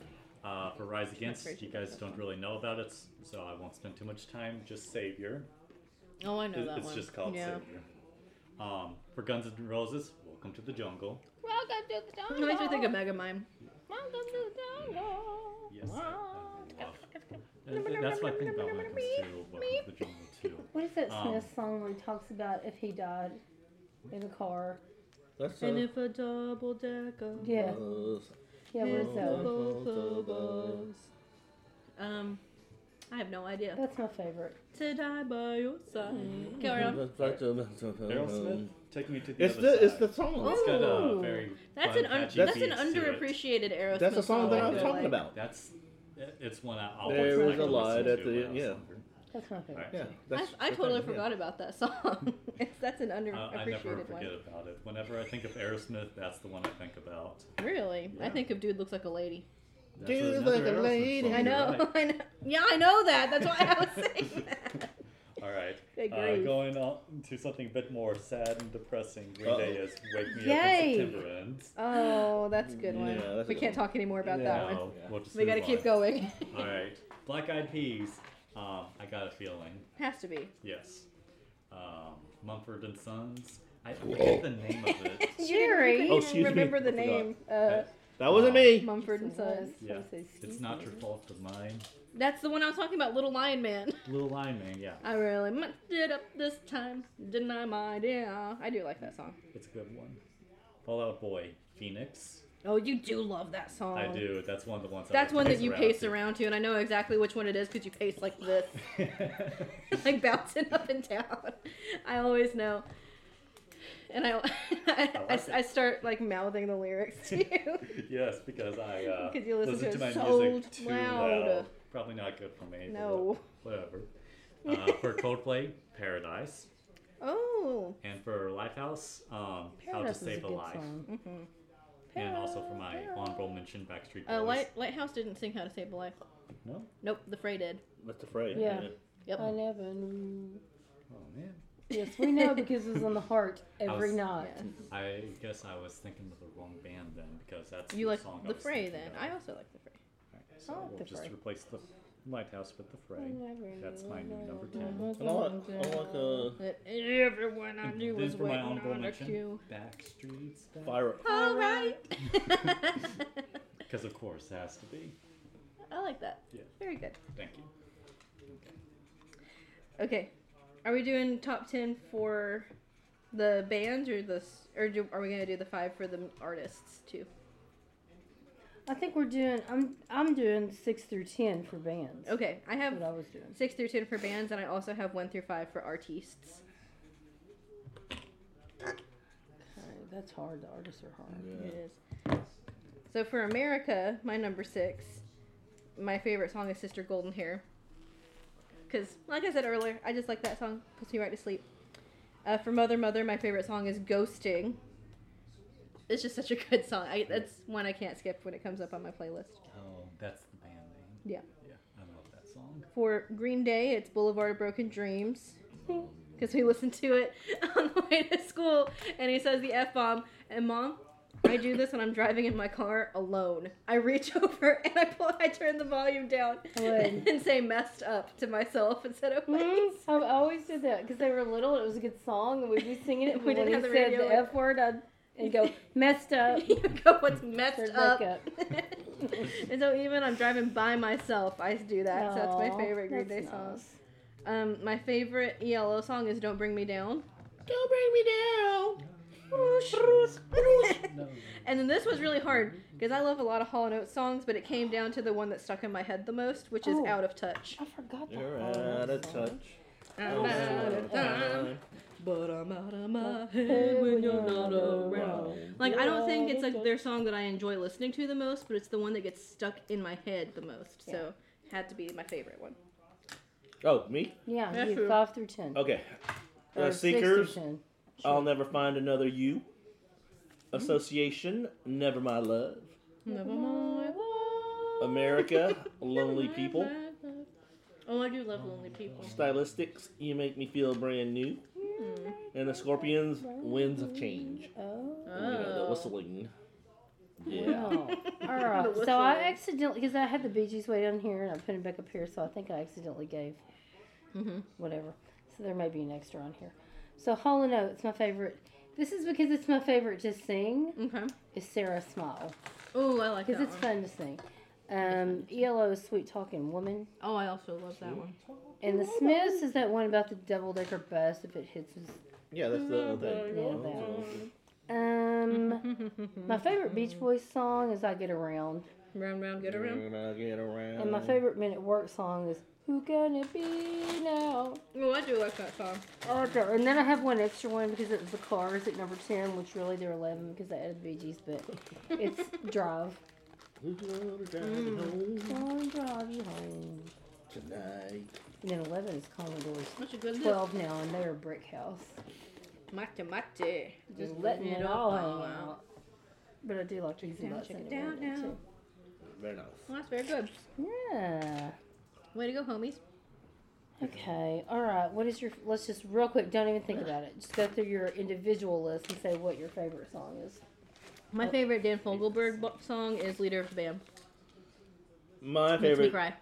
S6: Uh, for Rise Against,
S4: crazy
S6: you guys don't really know about it, so I won't spend too much time. Just Savior.
S4: Oh, I know
S6: It-
S4: that
S6: it's
S4: one.
S6: just called Savior. Um, for Guns N' Roses, Welcome to the Jungle.
S4: It makes me think of Megamind.
S6: Yes, I, I love. and- and that's my thing about Welcome to Welcome to the Jungle too.
S3: What is that
S6: Um,
S3: Smith song where he talks about if he died in a car?
S5: That's
S4: And
S5: uh,
S4: if a double decker.
S3: Yeah,
S5: uh,
S3: yeah. What is that one?
S4: Um, I have no
S6: Uh,
S4: idea. Mm-hmm.
S3: That's my favorite.
S4: To die by your side. Carry on.
S6: Aerosmith, taking me to the
S5: Uh, It's
S6: other
S5: the
S6: side.
S5: it's the song.
S6: It's got a
S3: Ooh.
S6: very
S4: That's
S6: fun,
S4: an un-
S6: catchy
S4: that's an
S6: beats to it.
S4: underappreciated Aerosmith
S5: That's the song that
S6: I
S5: I
S6: feel
S5: was
S4: feel
S5: talking
S4: like.
S5: about.
S6: That's it's one I always
S5: There
S6: like
S5: is
S6: to
S5: a lie
S6: listen
S5: at
S6: to
S5: the-
S6: when I was
S5: yeah.
S6: younger.
S3: That's my favorite.
S5: Yeah,
S4: I,
S5: that's
S4: I
S5: that's
S4: totally
S5: right, yeah.
S4: forgot about that song. It's- that's an
S6: Uh, I, I never
S4: underappreciated
S6: forget
S4: one.
S6: about it. Whenever I think of Aerosmith, that's the one I think about.
S4: Really? I
S6: Yeah.
S4: think of Dude Looks Like a Lady.
S5: That's
S6: Dude,
S5: another
S6: like a
S5: Aerosmith
S6: lady.
S5: song.
S4: I
S6: You're
S4: know,
S6: right.
S4: I know. Yeah, I know that. That's why I was saying that.
S6: All right.
S4: Big
S6: Uh,
S4: grief.
S6: going on to something a bit more sad and depressing. Green
S5: Uh-oh.
S6: Day is "Wake Me
S4: Yay.
S6: Up" when September ends.
S4: Oh, that's a good one.
S5: Yeah, that's a
S4: we
S5: good
S4: can't talk anymore about that one.
S6: No, Oh, we'll just
S4: We
S6: move
S4: gotta keep
S6: on.
S4: going.
S6: All right. Black Eyed Peas. Um, I got a feeling.
S4: Has to be.
S6: Yes. Um, Mumford and Sons. I forget the name of it.
S3: Jerry.
S4: You
S5: Oh,
S4: didn't
S5: excuse me.
S4: remember the
S5: I forgot.
S4: name. Uh,
S5: That wasn't
S6: Wow.
S5: me.
S4: Mumford and Sons.
S6: Yeah.
S3: Someone says
S6: It's
S3: Steve
S6: not your
S3: Irwin.
S6: fault of mine.
S4: That's the one I was talking about, Little Lion Man.
S6: Little Lion Man. Yeah,
S4: I really mucked it up this time. Didn't I mind? Yeah. I do like that song.
S6: it's a good one. Fallout Boy. Phoenix.
S4: Oh, you do love that song.
S6: I do. That's one of the ones. I
S4: Oh. That's one
S6: like to
S4: that you pace around to, and I know exactly which one it is because you pace like this,
S6: to.
S4: like bouncing up and down. I always know. And I, I, I,
S6: like it.
S4: I start like mouthing the lyrics to you.
S6: yes, because I uh,
S4: 'Cause you listen to it
S6: my
S4: so
S6: music too
S4: loud.
S6: loud. Probably not good for me. but
S4: No.
S6: Whatever. Uh, for Coldplay, Paradise,
S4: oh,
S6: and for Lifehouse, um, How to
S3: Paradise is
S6: Save a,
S3: good
S6: Life,
S3: song.
S6: and also for my honorable mention, Backstreet Boys.
S4: uh, Light, Lighthouse didn't sing How to Save a Life.
S6: No.
S4: Nope, The Fray did.
S5: That's the phrase.
S3: Yeah.
S4: Yep.
S3: I never knew.
S6: Oh man.
S3: Yes, we know because it's on the heart every
S6: was-
S3: night.
S4: Yeah.
S6: I guess I was thinking of the wrong band then, because that's
S4: You
S6: the
S4: like
S6: song I
S4: The
S6: was
S4: Fray
S6: thinking
S4: then.
S6: of.
S4: I also like The Fray.
S6: Alright, so
S3: I like
S6: we'll
S3: The
S6: just
S3: Fray.
S6: replace the Lighthouse with the Fray.
S3: never
S6: That's
S3: knew
S6: my new number
S3: that.
S6: ten.
S5: I like, I like uh,
S4: That everyone I knew
S6: Then
S4: was
S6: for my
S4: waiting
S6: honorable
S4: on a
S6: mention,
S4: cue.
S6: Backstreet's Back.
S5: fire.
S4: All right.
S6: Because of course it has to be.
S4: I like that.
S6: Yeah.
S4: Very good.
S6: Thank you.
S4: Okay, are we doing top ten for the bands or the s- or do, are we gonna do the five for the artists too?
S3: I think we're doing. I'm I'm doing six through ten for bands.
S4: Okay, I have
S3: That's what I was doing.
S4: six through ten for bands, and I also have one through five for artists.
S3: Alright, that's hard. The artists are hard.
S5: Yeah.
S4: It is. So for America, my number six, my favorite song is Sister Golden Hair. Because, like I said earlier, I just like that song. Puts me right to sleep. Uh, for Mother Mother, my favorite song is Ghosting. It's just such a good song. I, that's one I can't skip when it comes up on my playlist.
S6: Oh, that's the band name.
S4: Yeah.
S6: Yeah, I love that song.
S4: For Green Day, it's Boulevard of Broken Dreams. Because we listened to it on the way to school, and he says the F bomb. And mom, I do this when I'm driving in my car alone. I reach over and I pull, I turn the volume down
S3: I would.
S4: and say messed up to myself instead of
S3: Mhm. I've always did that because they were little. and It was a good song, and we'd be singing it.
S4: We
S3: and when
S4: didn't
S3: he
S4: have the
S3: said
S4: radio.
S3: the f word, I'd and go messed up.
S4: you go, what's messed
S3: Turned
S4: up?
S3: back up.
S4: and so even I'm driving by myself, I do that. so that's
S3: Aw,
S4: my favorite Green Day
S3: that's
S4: song.
S3: nice.
S4: Um, my favorite ELO song is Don't Bring Me Down.
S5: Don't bring me down.
S6: No.
S4: And then this was really hard because I love a lot of Hall and Oates songs, but it came down to the one that stuck in my head the most, which is
S3: Oh.
S4: Out of Touch. Uh,
S3: I forgot that.
S5: You're
S3: one
S5: out of
S3: song.
S5: touch.
S4: I'm out of time,
S5: Time.
S4: Oh. but I'm out of my head when you're not around. Like I don't think it's like their song that I enjoy listening to the most, but it's the one that gets stuck in my head the most. So had to be my favorite one.
S5: Oh, me?
S3: Yeah,
S4: That's
S3: you
S4: true.
S3: five through ten.
S5: Okay.
S3: Or
S5: Oh, Uh,
S3: six through
S5: Seekers,
S3: 10.
S5: I'll Never Find Another You. Association, Never My Love.
S4: Never mind.
S5: America, Lonely People.
S4: Oh, I do love lonely people.
S5: Stylistics, You Make Me Feel Brand New. And the Scorpions, Winds of Change.
S3: Oh.
S5: You know, the
S4: Oh.
S5: whistling. Yeah.
S3: Wow. Oh. All right.
S4: The
S3: So I
S4: whistle.
S3: accidentally, because I had the Bee Gees way down here and I put it back up here, so I think I accidentally gave
S4: Mhm.
S3: whatever. So there may be an extra on here. So Hall and Oates, my favorite. This is because it's my favorite to sing
S4: Okay.
S3: is Sarah Smile
S4: Oh, I like that
S3: because it's
S4: one.
S3: fun to sing. Um, ELO is Sweet Talking Woman,
S4: Oh, I also love that one.
S3: and the Smiths is that one about the double decker bus if it hits. us.
S5: Yeah, that's the other thing.
S3: Yeah, that. Um, my favorite Beach Boys song is "I Get Around."
S4: Round, round, get around.
S5: Get around.
S3: And my favorite minute work song is "Who Gonna Be Now."
S4: Oh, I do like that song.
S3: Okay, and then I have one extra one because it was the cars at number ten, which really they're eleven because I added Bee Gees, but it's Drive.
S5: Who's gonna drive it
S3: Mm. Come
S5: home
S3: drive you home.
S5: tonight?
S3: And then eleven is Commodores.
S4: That's a good look.
S3: Twelve now, and they're a brick house.
S4: Mate, mate.
S3: Just letting it all hang out. But I do like Easy
S4: down,
S3: Lights
S4: check it
S3: anyway,
S4: down
S3: though,
S4: now.
S3: too.
S5: Very nice.
S4: Well, that's very good.
S3: Yeah.
S4: Way to go, homies.
S3: Okay. All right. What is your? Let's just real quick. Don't even think about it. Just go through your individual list and say what your favorite song is.
S4: My favorite Dan Fogelberg bo- song is "Leader of the Band."
S5: My
S4: Makes me
S5: favorite.
S4: cry.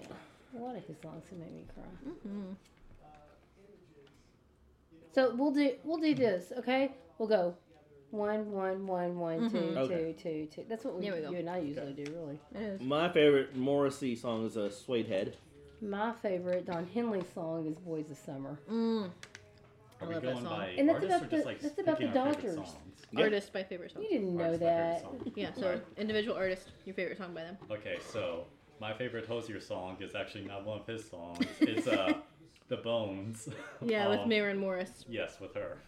S3: Yeah. A lot of his songs have made me cry.
S4: Mhm.
S3: So we'll do we'll do this. Okay. We'll go. One, one, one, one, two,
S4: Mhm.
S5: Okay.
S3: two, two, two. That's what we,
S4: There we go.
S3: you and I usually do, really.
S4: It is.
S5: My favorite Morrissey song is a uh, Suede Head.
S3: My favorite Don Henley song is "Boys of Summer."
S4: Mm. I
S6: Are we
S4: love that
S6: going
S4: song.
S6: by
S3: And that's
S6: artists
S3: about
S6: or just
S3: the-
S6: like
S3: that's about
S6: picking
S3: the
S6: our favorite
S3: Dodgers.
S6: songs?
S5: Yeah.
S4: Artist by favorite song.
S3: You didn't know
S6: Artist by favorite
S3: that.
S6: song.
S4: Yeah, so
S6: Alright.
S4: individual artist, your favorite song by them.
S6: Okay, so my favorite Hosier song is actually not one of his songs. It's uh, The Bones.
S4: Yeah, with
S6: Um,
S4: Maren Morris.
S6: Yes, with her.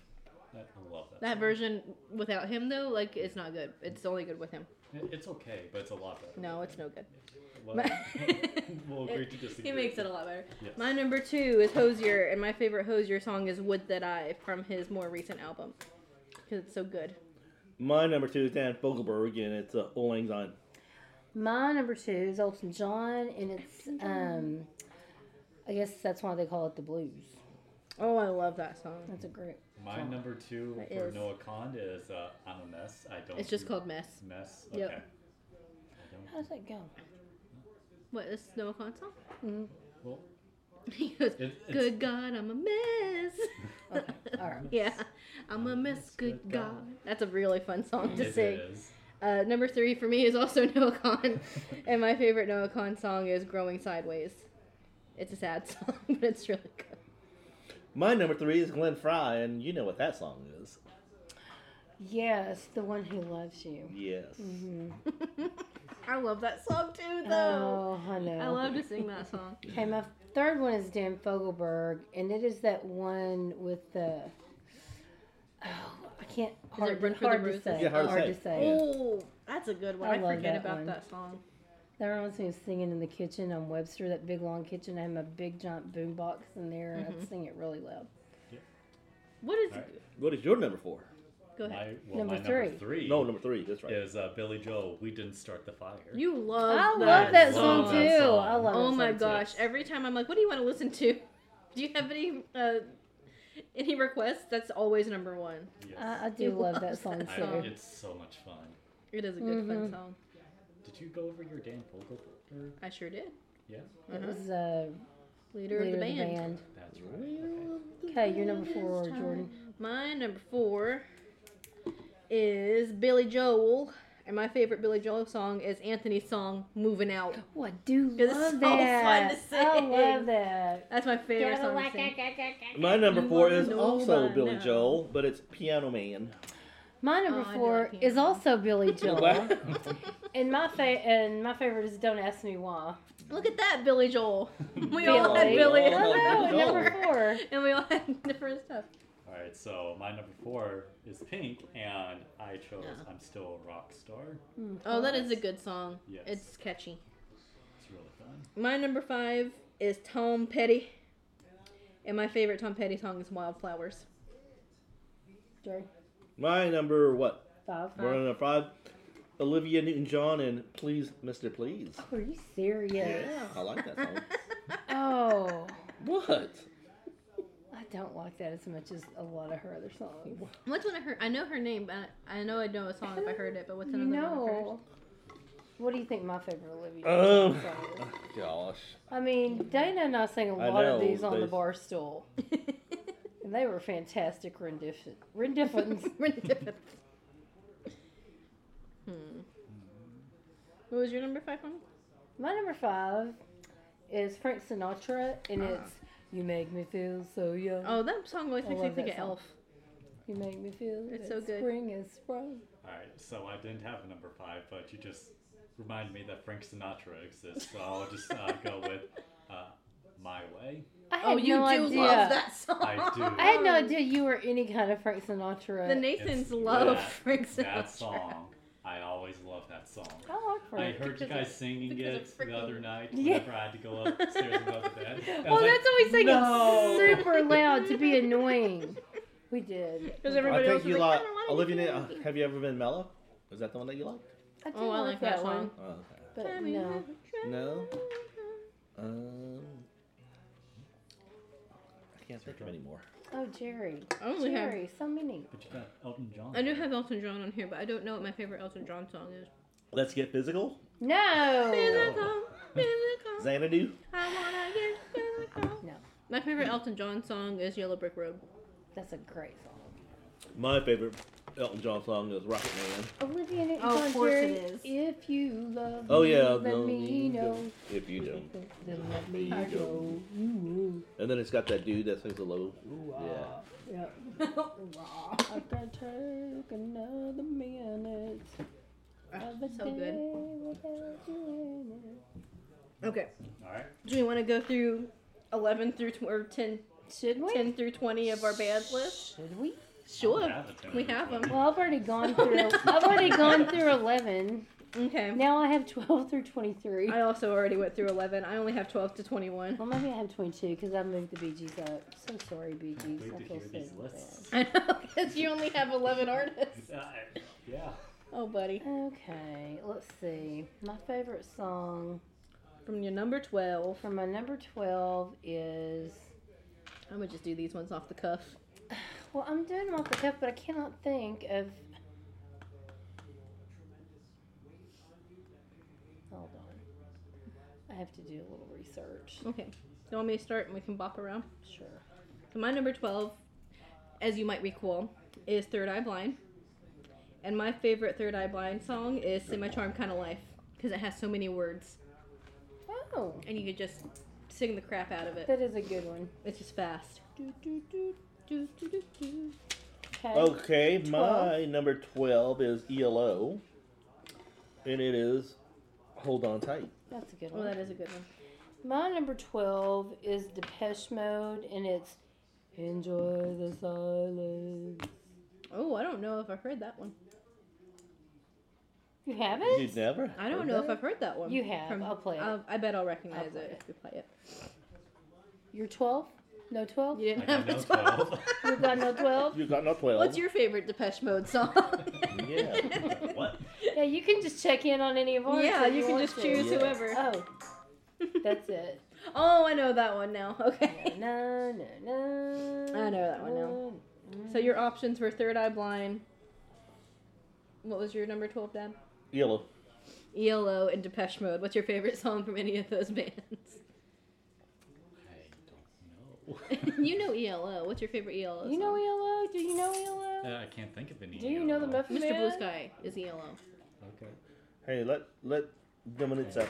S6: I I love that.
S4: That version without him though, like, it's not good. It's only good with him.
S6: song. It- It's okay, but it's a lot better.
S4: No, it's no good.
S6: Well, we'll agree to disagree.
S4: He makes it a lot better.
S6: Yes.
S4: My number two is Hosier, and my favorite Hosier song is "Wood That I" from his more recent album because it's so good.
S5: My number two is Dan Fogelberg, and it's uh, Old Lang Syne.
S3: My number two is Elton John, and it's um, I guess that's why they call it the blues.
S4: Oh, I love that song.
S3: That's a great.
S6: My
S3: song.
S6: number two
S4: That
S6: for
S4: is.
S6: Noah Khan is uh, I'm a mess. I don't.
S4: It's just
S6: do
S4: called "Mess."
S6: mess. Okay.
S4: Yep.
S6: I don't-
S3: How does that go?
S4: What is Noah Khan song?
S6: Well,
S4: He goes,
S6: It- it's-
S4: "Good God, I'm a mess."
S3: Okay. All right.
S4: yeah, I'm a mess. Good God. That's a really fun song to
S6: it
S4: sing.
S6: is.
S4: Uh, number three for me is also Noah Khan, and my favorite Noah Khan song is "Growing Sideways." It's a sad song, but it's really good.
S5: My number three is Glenn Fry, and you know what that song is.
S3: Yes, the one who loves you.
S5: Yes.
S4: Mm-hmm. I love that song too,
S3: Oh, I know.
S4: I love to sing that song.
S3: Okay, my third one is Dan Fogelberg, and it is that one with the. Oh, I can't. Hard,
S4: Run for the
S3: hard to
S4: Roses?
S3: say.
S5: Yeah, hard to say. Yeah.
S4: Oh, that's a good one.
S3: I
S4: I,
S3: love
S4: forget
S3: that
S4: about
S3: one.
S4: that song.
S3: That reminds me of singing in the kitchen on Webster, that big long kitchen. I have my big giant boombox in there, and
S4: Mm-hmm.
S3: I'd sing it really loud.
S4: What is?
S6: Alright.
S5: What is your number four?
S4: Go
S6: My,
S4: ahead.
S6: well,
S3: Number
S6: my number
S3: three.
S6: three.
S5: No, number three. That's right.
S6: is uh, Billy Joel. We didn't start the fire.
S4: You love.
S3: I
S4: that
S3: love that
S6: song.
S3: song
S6: Love
S3: too.
S6: that song.
S3: I love.
S4: Oh
S3: that
S4: my
S3: song, too.
S4: gosh! Every time I'm like, "What do you want to listen to? Do you have any uh, any requests?" That's always number one.
S6: Yes.
S3: I, I do
S4: You
S3: love
S4: love
S3: that song
S4: that
S6: I,
S3: too.
S4: song.
S6: it's so much fun.
S4: It is a good fun song.
S6: Did you go over your Dan Fogelberg?
S4: I sure did.
S6: Yeah,
S3: It was uh,
S4: Leader,
S3: leader
S4: of the band.
S6: that's right. Okay.
S3: Okay, you're number four, Jordan.
S4: My number four is Billy Joel, and my favorite Billy Joel song is Anthony's song "Moving Out."
S3: Oh, I do
S4: It's so
S3: love
S4: fun
S3: that.
S4: to
S3: I
S4: sing.
S3: love that.
S4: That's my favorite song. to sing.
S5: My number
S4: You
S5: four
S4: wanna
S5: is
S4: know
S5: also
S4: by
S5: Billy
S4: now.
S5: Joel, but it's Piano Man.
S3: My number
S4: Oh, I
S3: four
S4: do like
S3: is
S4: Piano.
S3: also Billy Joel,
S5: Wow.
S3: and my fa- and my favorite is "Don't Ask Me Why."
S4: Look at that, Billy Joel. We all had
S3: Billy.
S4: Billy,
S5: Oh,
S3: Oh, no,
S5: Billy Joel.
S3: number four.
S4: and we all had different stuff.
S6: All right, so my number four is Pink, and I chose "I'm Still a Rock Star."
S4: Oh, that is a good song.
S6: Yes.
S4: It's catchy.
S6: It's really fun.
S4: My number five is Tom Petty, and my favorite Tom Petty song is "Wildflowers."
S3: Jordan,
S5: My number what?
S3: Five.
S5: We're on number five. Olivia Newton-John and Please, Mister Please.
S3: Are you serious?
S5: I like that song.
S3: Oh,
S5: what?
S3: I don't like that as much as a lot of her other songs.
S4: What's one of her? I know her name, but I know I know a song if I heard it. But what's
S3: You
S4: another one? Of hers?
S3: know. What do you think my favorite Olivia
S5: Um,
S3: Newton-John song is?
S5: Gosh.
S3: I mean, Dana and I sang a
S5: I
S3: lot of
S5: know,
S3: these on the
S5: they-
S3: bar stool, and they were fantastic rendition renditions.
S4: hmm. What was your number five one?
S3: My number five is Frank Sinatra, and it's "You Make Me Feel So Young."
S4: Oh, that song always
S3: I
S4: makes me
S3: love
S4: think
S3: that
S4: of
S3: song.
S4: Elf.
S3: You make me feel
S4: It's so
S3: that
S4: good.
S3: spring is sprung.
S6: All right, so I didn't have a number five, but you just reminded me that Frank Sinatra exists, so I'll just uh, go with uh, "My Way."
S3: I
S4: Oh,
S3: had no idea.
S4: song.
S6: I do.
S3: I had no idea you were any kind of Frank Sinatra.
S4: The Nathans
S6: It's
S4: love
S6: that-
S4: Frank Sinatra.
S6: That song, I always love that song.
S3: I like
S6: I
S3: Frank.
S6: heard you
S4: because
S6: guys singing
S4: because of
S6: it the
S4: freaking-
S6: other night
S3: Yeah.
S6: whenever I had to go upstairs and go to bed. I was
S4: Oh,
S3: well,
S6: like,
S3: that's always singing
S6: "No."
S3: super loud to be annoying. We did.
S4: Because
S5: I
S4: everybody else
S5: think
S4: was
S5: you
S4: like,
S5: like
S4: I don't wanna be
S5: Olivia.
S4: Frank."
S5: Ne- uh, have you ever been mellow? Is that the one that you liked?
S3: I do
S4: Oh, I like that song.
S1: Oh, okay.
S3: but no.
S1: No. Um. I can't think of any more.
S3: Oh, Jerry.
S4: I only have-
S3: Jerry, so many.
S6: But you got Elton John.
S4: I do have Elton John on here, but I don't know what my favorite Elton John song is.
S1: Let's get physical.
S3: No.
S4: Physical, Oh. physical,
S1: Xanadu.
S4: I wanna get physical.
S3: No.
S4: My favorite Elton John song is Yellow Brick Road.
S3: That's a great song.
S5: My favorite Elton John song is Rocket Man.
S3: Olivia Newton
S4: Oh, of
S3: John
S4: course
S3: Jerry.
S4: it is.
S3: If you love
S5: Oh
S3: me,
S5: yeah,
S3: let
S5: no,
S3: me
S5: you
S3: know.
S5: don't. if you don't.
S3: Then let me
S5: I
S3: go. You
S5: And then it's got that dude that sings the low.
S2: Ooh-ah.
S3: will. Yep.
S4: Raw.
S3: I can take another minute. of the
S4: Ah, so
S3: day
S4: good.
S3: without you in it.
S4: Okay.
S6: All right.
S4: Do we want to go through 11 through tw- or 10,
S3: Should we?
S4: 10 through 20 of our band list?
S3: Should we?
S4: Sure.
S6: have a 10
S4: We
S6: through
S4: have
S6: 20.
S4: them.
S3: Well, I've already gone through. I've already gone through eleven.
S4: Okay.
S3: Now I have twelve through twenty-three.
S4: I also already went through 11. I only have 12 to 21.
S3: Well, maybe I have twenty-two because I moved the Bee Gees up. So sorry, Bee Gees.
S6: Wait
S3: I
S6: to
S3: feel
S6: hear
S3: so
S6: these
S3: bad.
S6: lists.
S4: I know, because you only have 11 artists.
S6: Uh, yeah.
S4: Oh, buddy.
S3: Okay, let's see. My favorite song
S4: From your number 12,
S3: for my number twelve is.
S4: I'm going to just do these ones off the cuff.
S3: Well, I'm doing them off the cuff, but I cannot think of. Hold on. I have to do a little research.
S4: Okay. You want me to start and we can bop around?
S3: Sure.
S4: So my number 12, as you might recall, is Third Eye Blind. And my favorite Third Eye Blind song is Sing My Charm Kind of Life because it has so many words
S3: Oh,
S4: and you could just sing the crap out of it.
S3: that is a good one.
S4: It's just fast.
S3: Okay.
S6: Oh.
S5: Okay, my number 12 is ELO. And it is Hold On Tight.
S3: That's a good
S4: Oh,
S3: one.
S4: that is a good one.
S3: My number 12 is Depeche Mode, and it's Enjoy the Silence.
S4: Oh, I don't know if I've heard that one.
S3: You have
S5: You
S3: it?
S5: never?
S4: I don't
S5: heard
S4: know if
S5: that?
S4: I've heard that one.
S3: You have. I'll play it.
S4: I bet I'll recognize
S3: I'll
S4: it
S3: play
S4: if we play it.
S3: You're 12? No 12?
S4: You
S6: I
S4: didn't
S6: got
S4: have a
S6: no
S4: 12.
S6: 12.
S3: You got no 12?
S5: You got not 12.
S4: What's your favorite Depeche Mode song?
S5: Yeah.
S6: what?
S3: Yeah, you can just check in on any of ours.
S4: yeah,
S3: if
S4: you can
S3: want
S4: just
S3: to.
S4: choose
S5: Yeah.
S4: whoever.
S3: Oh, that's it.
S4: Oh, I know that one now. Okay.
S3: No, no, no.
S4: I know that one now. So your options were Third Eye Blind. What was your number 12, Dad?
S5: Yellow.
S4: ELO and Depeche Mode. What's your favorite song from any of those bands?
S6: I don't
S4: you know ELO. What's your favorite ELO
S3: You know E
S4: song?
S3: ELO? Do you know ELO?
S6: know. Uh, I can't think of any.
S3: Do you know the
S6: ELO.
S3: Muffin
S4: Mr. Blue
S3: Man?
S4: Sky is E ELO.
S6: Okay.
S5: Hey, let let Dominic's up.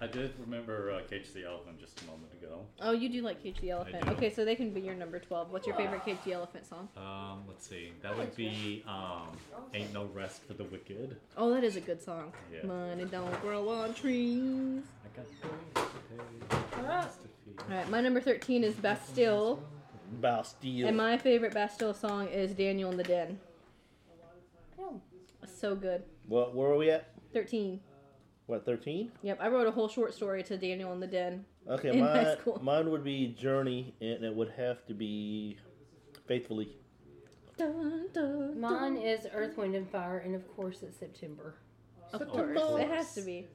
S6: I did remember uh, Cage the Elephant just a moment ago.
S4: oh, you do like Cage the Elephant.
S6: do.
S4: Okay, so they can be your number 12. What's your favorite Cage the Elephant song?
S6: Um, let's see.
S4: Oh,
S6: That would be um, Ain't No Rest for the Wicked.
S4: Oh, that is a good song.
S6: Yeah.
S4: Money don't grow on trees.
S6: I got bills to pay, bills to feed.
S4: All right, my number 13 is Bastille.
S5: Bastille.
S4: And my favorite Bastille song is Daniel in the Den.
S3: Oh.
S4: So good.
S5: what, where are we at?
S4: 13.
S5: What, 13?
S4: Yep, I wrote a whole short story to Daniel in the Den.
S5: Okay,
S4: In high
S5: mine,
S4: school.
S5: mine would be Journey, and it would have to be Faithfully.
S4: Dun, dun,
S3: Mine is Earth, Wind, and Fire, and of course it's September.
S4: Of
S6: Of
S4: course,
S6: course.
S4: it has to be.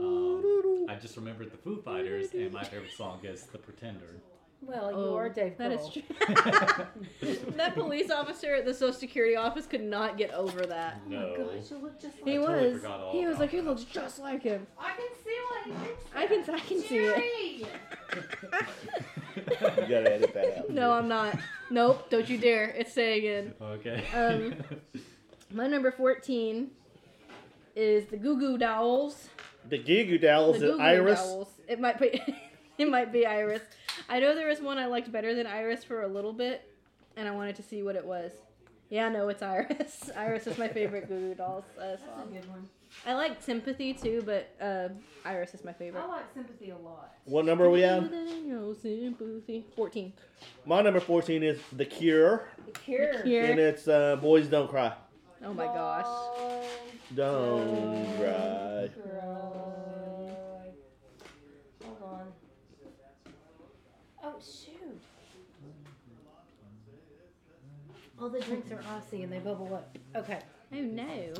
S6: Um, I just remembered the Foo Fighters, and my favorite song is The Pretender.
S3: Well,
S4: Oh,
S3: you are Dave
S4: That is
S3: Grohl.
S4: true. that police officer at the Social Security office could not get over that.
S6: no.
S3: Gosh, you look just like
S4: He
S6: I totally
S4: was.
S6: forgot all
S4: He was
S6: about
S4: like, "You
S6: that."
S4: look just like him."
S7: I can see what he thinks.
S4: I can, I can see it.
S7: Jerry!
S5: You gotta edit that out.
S4: No, I'm not. Nope, don't you dare. It's staying in.
S6: okay.
S4: Um, My number 14 is the Goo Goo Dolls.
S5: The Goo Goo
S4: The
S5: Dolls
S4: Goo
S5: is
S4: Goo
S5: Iris.
S4: Dolls. It might be it might be Iris. I know there was one I liked better than Iris for a little bit, and I wanted to see what it was. Yeah, no, it's Iris. Iris is my favorite Goo Goo Dolls uh,
S7: That's a
S4: song.
S7: good one.
S4: I like Sympathy too, but uh, Iris is my favorite.
S7: I like sympathy a lot.
S5: What number are we at?
S4: No sympathy. 14.
S5: My number 14 is The Cure,
S7: The cure.
S5: and
S4: Here.
S5: it's uh, Boys Don't Cry.
S4: Oh my gosh.
S3: Oh,
S5: Don't cry.
S3: Hold on. Oh shoot. All the drinks are Aussie and they bubble up. Okay.
S4: Oh no.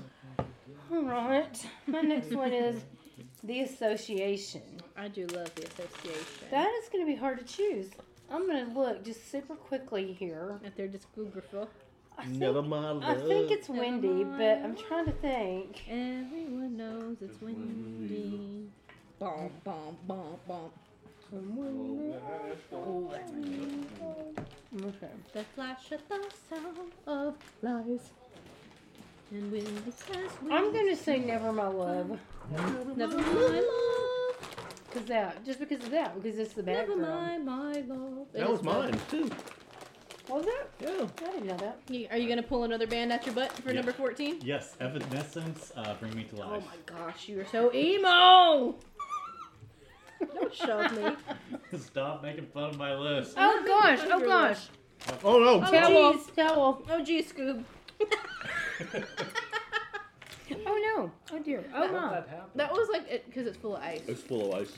S3: All right. My next one is The Association.
S4: I do love the association.
S3: That is going to be hard to choose. I'm going to look just super quickly here.
S4: If they're discographical.
S3: I think,
S5: Never mind.
S3: I think
S5: love.
S3: it's Wendy, but I'm trying to think.
S4: Everyone knows it's windy. Bomb, bomb, bomb, bomb. Oh, that's my favorite.
S3: Okay.
S4: The flash of the sound of lies. And windy says
S3: I'm going to say Never My Love.
S4: to never mind,
S3: Cause that, just because of that, because it's the
S4: never
S3: background.
S4: mind, my love. It
S5: that was
S4: is not-
S5: mine too.
S3: What was that?
S5: Yeah.
S3: I didn't know that.
S4: You- Are you gonna pull another band out your butt for
S6: Yeah.
S4: number fourteen?
S6: Yes, Evanescence, uh, Bring Me to
S4: Oh
S6: Life.
S4: my gosh, you are so emo! Don't shove me.
S6: Stop making fun of my
S4: Um,
S6: list.
S3: Oh gosh! Oh
S4: Underwear.
S3: gosh!
S5: Oh no.
S4: Oh,
S3: Towel.
S4: geez.
S3: Towel.
S4: Oh, geez, Scoob.
S3: Oh no! Oh dear! Oh my!
S4: That was like it because it's full of ice.
S5: It's full of ice.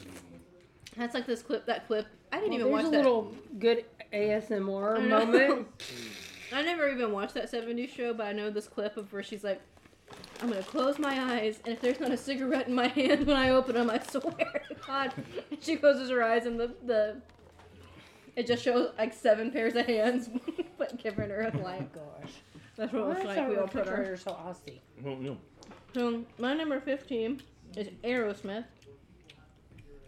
S4: That's like this clip, that clip. I didn't
S3: Well,
S4: even watch
S3: there's a
S4: that.
S3: little good ASMR
S4: I know.
S3: moment.
S4: I never even watched that 70s show, but I know this clip of where she's like, I'm gonna close my eyes, and if there's not a cigarette in my hand when I open them, I swear to God. And she closes her eyes, and the, the it just shows like seven pairs of hands, but given her a light.
S3: Gosh,
S4: That's what it
S3: why
S4: was
S3: is
S4: like.
S3: our
S4: We all put our
S3: refrigerator so icy?
S5: I don't know.
S4: So my number fifteen is Aerosmith,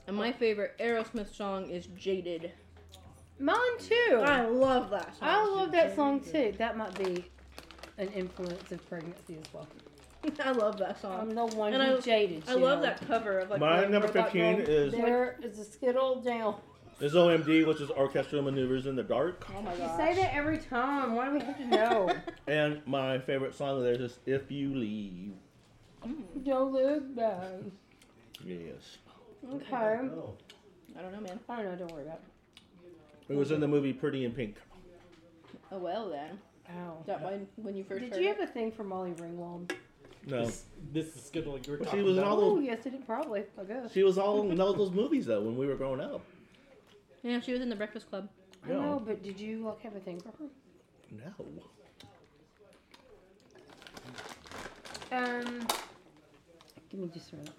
S4: and my favorite Aerosmith song is "Jaded."
S3: Mine too.
S4: I love that song.
S3: I love that song too. That might be an influence of pregnancy as well.
S4: I love that
S3: I'm
S4: song.
S3: the one
S4: And
S3: who
S4: I-
S3: jaded.
S4: I
S3: you
S4: love
S3: know.
S4: that cover of like.
S5: My
S4: the
S5: number
S4: robot
S5: 15
S4: girl.
S5: is
S3: There is a skittle down.
S5: is OMD, which is Orchestral Maneuvers in the Dark.
S4: Oh my
S3: You
S4: god.
S3: say that every time. Why do we have to know?
S5: And my favorite song of theirs is If You Leave.
S3: Don't look back.
S5: Yes.
S3: Okay. I
S5: Oh.
S4: I don't know, man.
S3: don't know. Don't worry about it.
S5: It was in the movie Pretty in Pink.
S4: Oh well then.
S3: Ow.
S4: That when when you first
S3: Did
S4: heard
S3: you
S4: it.
S3: have a thing for Molly Ringwald?
S5: No.
S2: This, this is good. Like you were
S5: Well, she
S2: talking
S5: was in
S2: about.
S5: all
S3: Oh, yes, it did. Probably. I guess.
S5: She was all in all those movies though when we were growing up.
S4: Yeah, she was in the Breakfast Club.
S3: I don't know, but did you like have a thing for her?
S5: No.
S3: Um, give me just a minute.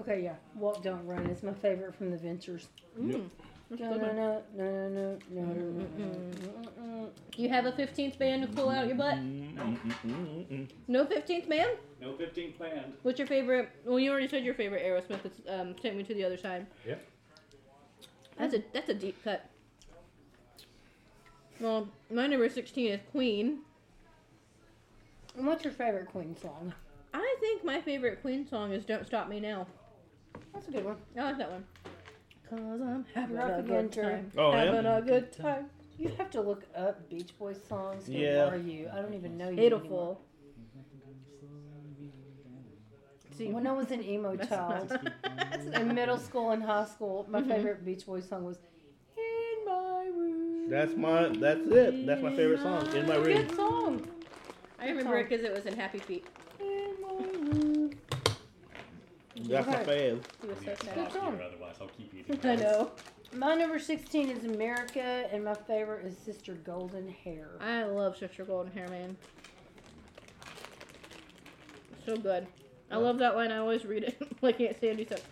S3: Okay, yeah. Walk, don't run is my favorite from the Ventures.
S4: That's a
S3: No,
S4: good
S3: no,
S4: one.
S3: no, no, no, no, no, no, no, no.
S4: You have a fifteenth band to pull out your butt.
S5: Mm-mm-mm-mm-mm.
S4: No fifteenth band.
S6: No 15 planned.
S4: What's your favorite? Well, you already said your favorite Aerosmith. It's um, "Take Me to the Other Side."
S6: Yep.
S4: That's a that's a deep cut. Well, my number sixteen is Queen.
S3: And what's your favorite Queen song?
S4: I think my favorite Queen song is "Don't Stop Me Now."
S3: That's a good one.
S4: I like that one. Cause I'm having
S3: You're up
S4: a good
S3: again, Mm-hmm. Jerry.
S4: time.
S5: Oh, I am?
S4: having a good time.
S3: You have to look up Beach Boys songs. Who
S5: Yeah.
S3: are you? I don't even know you.
S4: Beautiful. See,
S3: anymore. When I was an emo
S4: that's
S3: child,
S4: not- that's not-
S3: in middle school and high school,
S4: Mm-hmm.
S3: my favorite Beach Boys song was "In My Room."
S5: That's my that's it. That's my favorite song. In my room.
S3: Good song.
S4: I remember it because it was in Happy Feet.
S3: In my room.
S5: That's my fave.
S4: He was so
S6: You
S4: sad.
S3: Good
S6: stop
S3: song.
S6: here, otherwise I'll keep eating.
S4: I
S6: those.
S4: know.
S3: My number sixteen is America, and my favorite is Sister Golden Hair.
S4: I love Sister Golden Hair, man. So good. I love that line. I always read it. like Aunt Sandy said.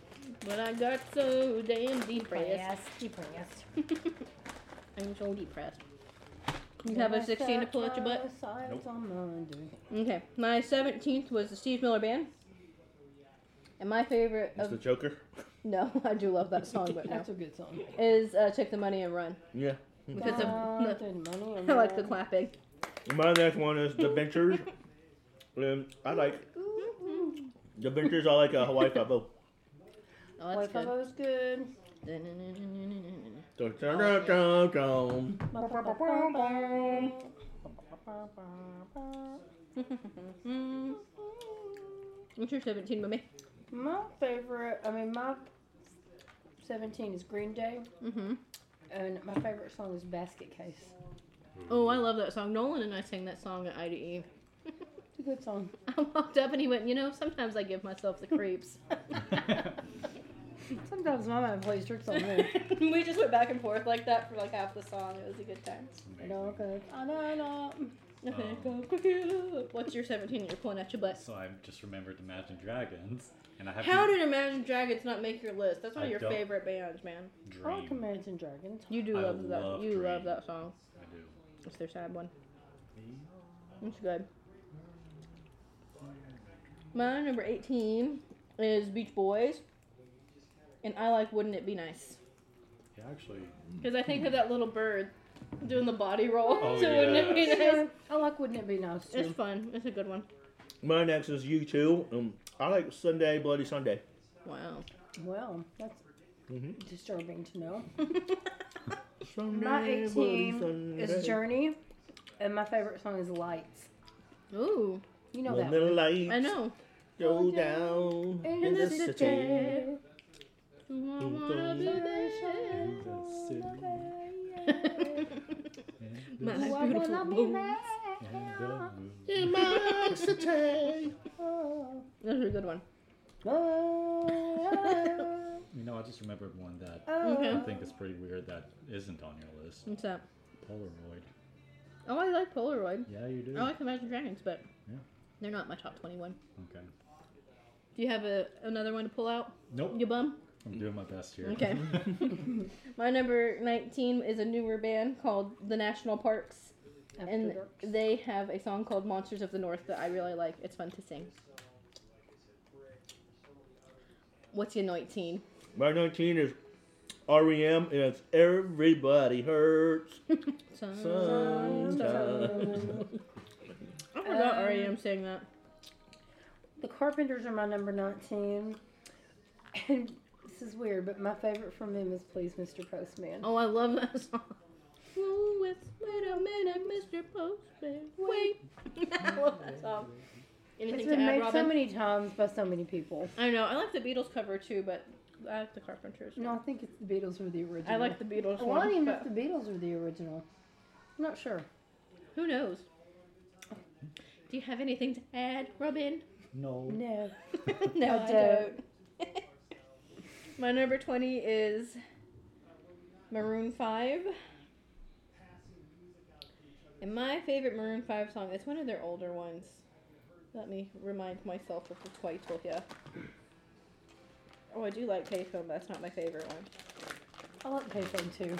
S4: But I got so damn depressed.
S3: Depressed, depressed.
S4: I'm so depressed. You have a 16 to pull out your butt?
S3: Nope.
S4: Okay. My 17th was the Steve Miller Band. And my favorite
S5: It's the
S4: of.
S5: Joker.
S4: No, I do love that song, but no.
S3: That's a good song.
S4: Is uh, Take the Money and Run.
S5: Yeah.
S4: Because of.
S3: Got the money and
S4: I like the
S3: run.
S4: clapping.
S5: My next one is The Ventures. and Um, I like The Ventures. I like uh, Hawaii Five O.
S4: Oh, that's
S3: Like,
S4: good.
S3: that was good.
S4: Mm. What's your 17 mummy?
S3: My favorite, I mean, my 17 is Green Day,
S4: Mm-hmm.
S3: and my favorite song is Basket Case.
S4: Oh, I love that song. Nolan and I E. sang that song at IDE.
S3: It's a good song.
S4: I walked up and he went, you know, sometimes I give myself the creeps.
S3: Sometimes my mind plays tricks on me.
S4: we just went back and forth like that for like half the song. It was a good time.
S3: no, okay. I know, I know.
S4: Okay,
S6: Um,
S4: go quick it up. What's your 17 you're pulling at your butt?
S6: So I just remembered Imagine Dragons, and I have
S4: How did Imagine Dragons not make your list? That's one
S6: I
S4: of your
S6: don't-
S4: favorite bands, man.
S3: I like
S6: Dream.
S3: Commands and Dragons.
S4: You do
S6: I
S4: love that.
S6: love
S4: you love
S6: Dream.
S4: that song.
S6: I do.
S4: It's their sad one. It's good. My number 18 is Beach Boys, and I like "Wouldn't It Be Nice"
S6: Yeah, actually,
S4: because I think of that little bird doing the body roll.
S6: Oh,
S4: so wouldn't it be
S6: yes.
S4: nice?
S3: Yeah, I like Wouldn't It Be Nice too.
S4: It's fun. It's a good one.
S5: My next is you two. Um, I like Sunday Bloody Sunday.
S4: Wow.
S3: Well, that's
S5: Mhm.
S3: disturbing to know.
S5: Sunday,
S3: My 18
S5: Bloody
S3: is Journey, and my favorite song is Lights.
S4: Ooh,
S3: You know
S5: When
S3: that
S5: the
S3: one.
S5: lights
S4: I know.
S5: go down in, the city.
S4: I wanna be there. My beautiful blue.
S5: In my city.
S4: That's a good one.
S6: You know, I just remembered one that
S4: Okay.
S6: I think is pretty weird that isn't on your list.
S4: What's that?
S6: Polaroid.
S4: Oh, I like Polaroid.
S6: Yeah, you do.
S4: I like Imagine Dragons, but
S6: Yeah.
S4: they're not my top 21.
S6: Okay.
S4: Do you have a, another one to pull out?
S6: Nope.
S4: You bum?
S6: I'm doing my best here.
S4: Okay. my number 19 is a newer band called The National Parks,
S3: After
S4: and
S3: Dark.
S4: they have a song called Monsters of the North that I really like. It's fun to sing. What's your 19?
S5: My 19 is REM, and it's Everybody Hurts. Sometimes.
S4: I forgot
S3: Um,
S4: REM saying that.
S3: The Carpenters are my number 19. And this is weird, but my favorite from them is Please Mr. Postman.
S4: Oh, I love that song. Oh, it's wait a minute, Mr. Postman. Wait. I love that song.
S3: it's
S4: Anything to
S3: been
S4: add,
S3: made
S4: Robin?
S3: so many times by so many people.
S4: I know. I like the Beatles cover too, but I like the Carpenters.
S3: No, I think it's the Beatles were the original.
S4: I like the Beatles
S3: Well, I don't
S4: one.
S3: even know if
S4: But
S3: the Beatles were the original. I'm not sure.
S4: who knows? Do you have anything to add, Robin? Oh.
S6: No.
S3: No.
S4: no,
S3: I
S4: I don't. My number 20 is Maroon 5. And my favorite Maroon 5 song, it's one of their older ones. Let me remind myself of the title here. Oh, I do like Payphone, but that's not my favorite one.
S3: I like Payphone too.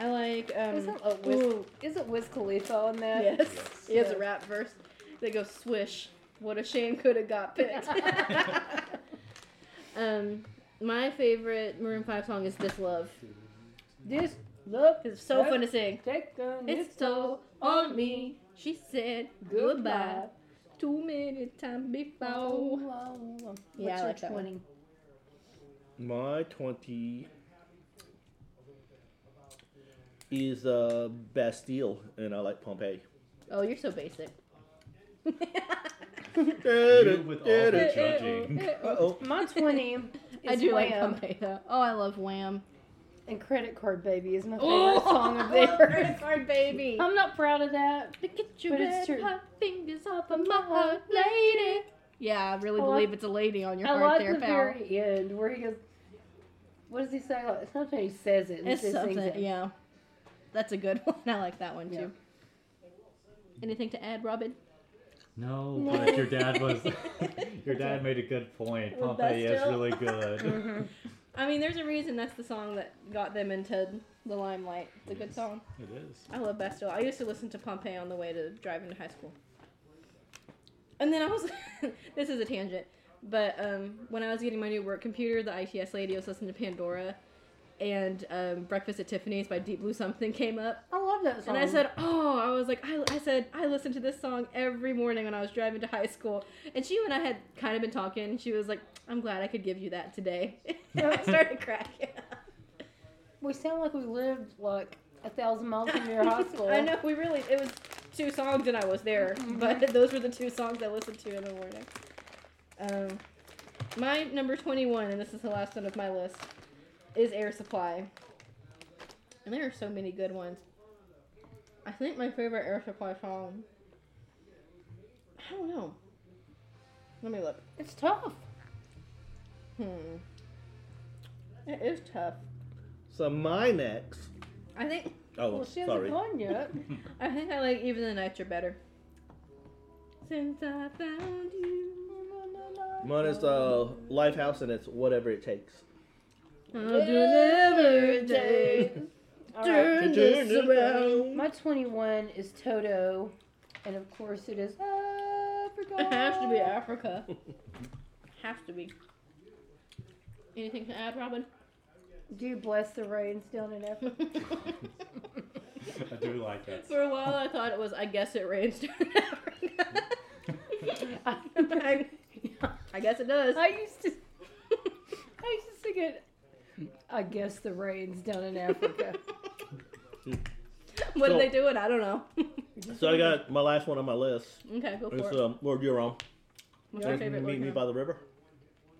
S4: I like, um,
S3: Isn't, a Wiz,
S4: ooh,
S3: isn't Wiz Khalifa on that?
S4: yes.
S6: Yes.
S4: He has a rap verse. They go swish. What a shame could have got picked. um, my favorite Maroon Five song is "This Love"
S3: This look
S4: because it's so fun to sing.
S3: take on
S4: It's
S3: this
S4: so on me. She said goodbye
S3: goodbye.
S4: too many times before. Yeah, I
S3: What's your
S4: like that one.
S3: 20?
S5: My 20 is uh, Bastille, and I like Pompeii.
S4: Oh, you're so basic.
S6: You with all the judging.
S5: Uh-oh.
S3: My 20 is
S4: I do like
S3: Wham,
S4: Pompeii though. Oh, I love Wham.
S3: and Credit Card Baby is my favorite
S4: Oh,
S3: song of
S4: Credit
S3: theirs.
S4: card baby.
S3: I'm not proud of that.
S4: To get your
S3: But it's
S4: red
S3: true.
S4: hot fingers off of my hot lady. Yeah, I really
S3: I like-
S4: believe it's a lady on your
S3: I
S4: heart
S3: like
S4: there,
S3: the
S4: pal.
S3: very end where he goes, what does he say? Like, something he says it. And
S4: it's
S3: just sings
S4: something,
S3: it.
S4: yeah. That's a good one. I like that one too.
S3: Yeah.
S4: Anything to add, Robin?
S6: No, but your dad was. your dad made a good point.
S4: With
S6: Pompeii is
S4: Bastille.
S6: really good.
S4: I mean, there's a reason that's the song that got them into the limelight. It's a good song.
S6: it is.
S4: I love Bastille. I used to listen to Pompeii on the way to driving to high school. And then I was, this is a tangent, but um, when I was getting my new work computer, the ITS lady was listening to Pandora, and um, Breakfast at Tiffany's by Deep Blue Something came up,
S3: I love that song.
S4: and I said, "Oh, I was like, I, I said I listened to this song every morning when I was driving to high school." And she and I had kind of been talking. and She was like, "I'm glad I could give you that today." and I started cracking. up.
S3: we sound like we lived like a thousand miles from your high school.
S4: I know we really. It was two songs, and I was there. But those were the two songs I listened to in the morning. Um, my number twenty-one, and this is the last one of my list, is Air Supply. And there are so many good ones. I think my favorite Air Supply song. I don't know. Let me look.
S3: It's tough.
S4: Hmm. It is tough.
S5: So my next.
S4: I think
S5: Oh,
S3: Well, she hasn't
S5: sorry.
S3: gone yet.
S4: I think I like even the nights are better. Since I found you.
S5: Mine is uh, Lifehouse, and it's whatever it takes.
S4: I'll do it every day.
S3: All right.
S4: Turn this around.
S3: My 21 is Toto, and of course it is Africa.
S4: It has to be Africa. has to be. Anything to add, Robin?
S3: Do bless the rains down in Africa.
S4: Mm-hmm.
S6: I do like that.
S4: For a while, I thought it was. I guess it rains down in Africa.
S3: I,
S4: I guess it does.
S3: I used to, I used to sing it. I guess the rains down in Africa.
S4: What
S5: So-
S4: are they doing? I don't know.
S5: So I got my last one on my list.
S4: okay, go for
S5: It's
S4: it.
S5: um, Lord Euron.
S4: What's your
S5: It's
S4: favorite Lord
S5: Meet Me
S4: Huron?
S5: by the River.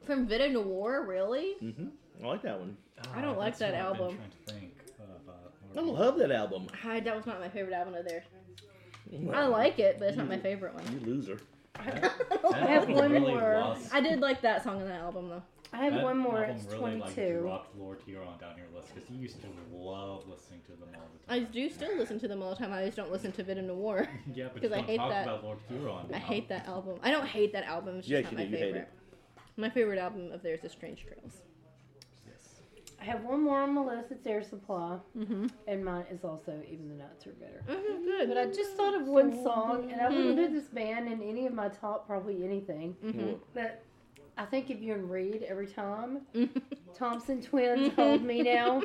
S4: From Vita Noir, really?
S5: hmm I like that one.
S6: Ah,
S4: I don't like that
S6: that's what I've been
S4: album.
S6: trying to think of, uh,
S5: I love that album.
S4: I, that was not my favorite album of theirs. I like it, but it's not my favorite one.
S5: You loser.
S6: That
S3: I have
S6: album
S3: one
S6: really
S3: more.
S6: lost-
S4: I did like that song in that album though.
S3: I have
S6: that
S3: one more.
S6: album
S3: It's
S6: really, like,
S3: 22.
S6: dropped Lord Huron down your list because you used to love listening to them all the
S4: I
S6: time.
S4: do still listen to them all the time. I just don't listen to Vita Noir.
S6: yeah, but
S4: 'cause
S6: you
S4: I
S6: don't
S4: hate
S6: talk
S4: that.
S6: about Lord Huron.
S4: I hate that album. I don't hate that album. It's just
S5: Yes,
S4: not
S5: you
S4: my
S5: do. You hate
S4: favorite. My favorite album of theirs is Strange Trails.
S6: Yes.
S3: I have one more on my list. It's Air Supply,
S4: Mm-hmm.
S3: and mine is also Even the Nights Are Better.
S4: good.
S3: But I just thought of one song, and I wouldn't
S4: Hmm.
S3: do this band in any of my top probably anything.
S4: Mhm.
S3: But I think if you and Reed every time,
S4: Mhm.
S3: Thompson twins
S4: Mm-hmm.
S3: hold me now.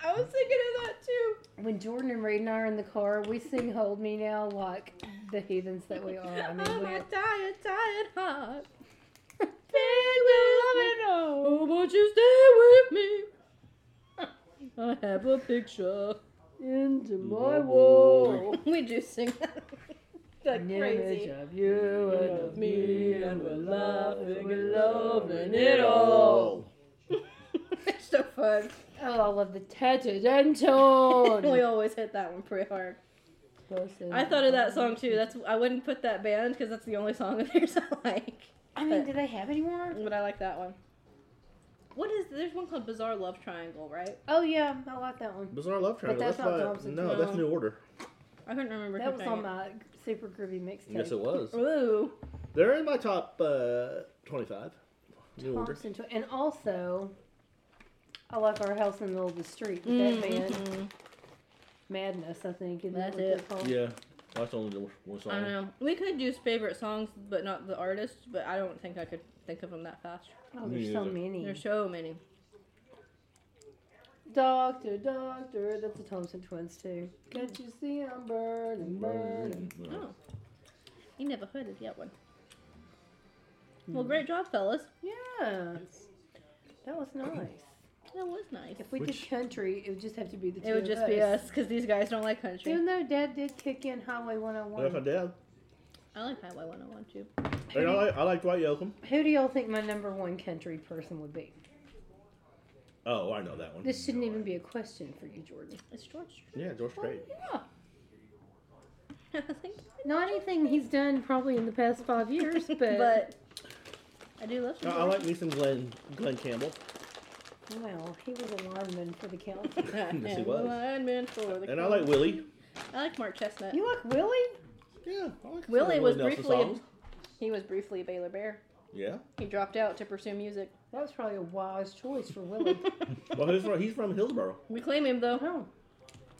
S4: I was thinking of that too.
S3: When Jordan and Reed and I are in the car, we sing "Hold Me Now" like the heathens that we are. I mean,
S4: oh,
S3: we
S4: my tired, tired heart. Big will love it all. Oh, won't you stay with me? I have a picture.
S3: into my world.
S4: We do sing that. like
S3: An image
S4: crazy.
S3: of you and of me, and we're laughing, we're loving it all.
S5: Oh.
S4: it's so fun.
S3: Oh, I love the tatted and
S4: we
S3: tone.
S4: always hit that one pretty hard. I thought of that song too. That's I wouldn't put that band because that's the only song of theirs I like.
S3: I mean, do they have any more?
S4: But I like that one. What is there's one called Bizarre Love Triangle, right?
S3: Oh yeah, I like that one.
S5: Bizarre Love Triangle.
S3: that's
S5: That's,
S3: not
S5: by-
S3: Thompson
S5: No, that's
S4: Twins.
S5: New Order.
S4: I couldn't remember. who
S3: That was
S4: sang
S3: on
S4: it.
S3: my super groovy mixtape.
S5: Yes, it was.
S4: Ooh.
S5: They're in my top uh, 25. New Order.
S3: Thompson Twins. And also, I like our house in the middle of the street. with That band,
S4: Mhm.
S3: Madness, I think. Isn't
S4: That's
S3: that what they're
S4: it.
S3: called?
S5: Yeah. That's only the one song.
S4: I don't know. We could do favorite songs, but not the artists. But I don't think I could think of them that fast.
S3: Oh, there's
S5: Me
S3: so
S5: neither.
S3: many.
S4: There's so many.
S3: Doctor, Doctor. That's the Thompson Twins, too. Can't
S4: Mm.
S3: you see I'm burning, burning?
S4: Oh. You never heard of that one.
S3: Mm.
S4: Well, great job, fellas.
S3: Yeah. That was nice.
S4: That was nice.
S3: If we did country, it would just have to be the two
S4: It would
S3: of
S4: just be us because these guys don't like country.
S3: Even though Dad did kick in Highway
S5: That's my
S3: 101.
S5: dad.
S4: I like Highway 101 too.
S5: And I like, I like Dwight Yoakam.
S3: Who do y'all think my number one country person would be?
S5: Oh, I know that one.
S3: This shouldn't even be a question for you, Jordan.
S4: It's George.
S5: Yeah, George Strait.
S3: Yeah.
S4: I think.
S3: Not anything he's done probably in the past five years, but,
S4: But I do love
S5: I,
S4: some
S5: I
S4: George.
S5: like me some Glenn, Glenn Campbell.
S3: well, he was a lineman for the council.
S5: Yes, he
S4: and
S5: was.
S4: lineman for the
S5: And I like Willie.
S4: I like Mark Chestnut.
S3: you like Willie?
S5: Yeah, I like some
S4: Willie
S5: of
S4: was
S5: Nelson
S4: briefly
S5: songs.
S4: He was briefly a Baylor Bear.
S5: Yeah.
S4: He dropped out to pursue music.
S3: That was probably a wise choice for Willie.
S5: Well, he's from, he's from Hillsboro.
S4: We claim him though.
S3: no.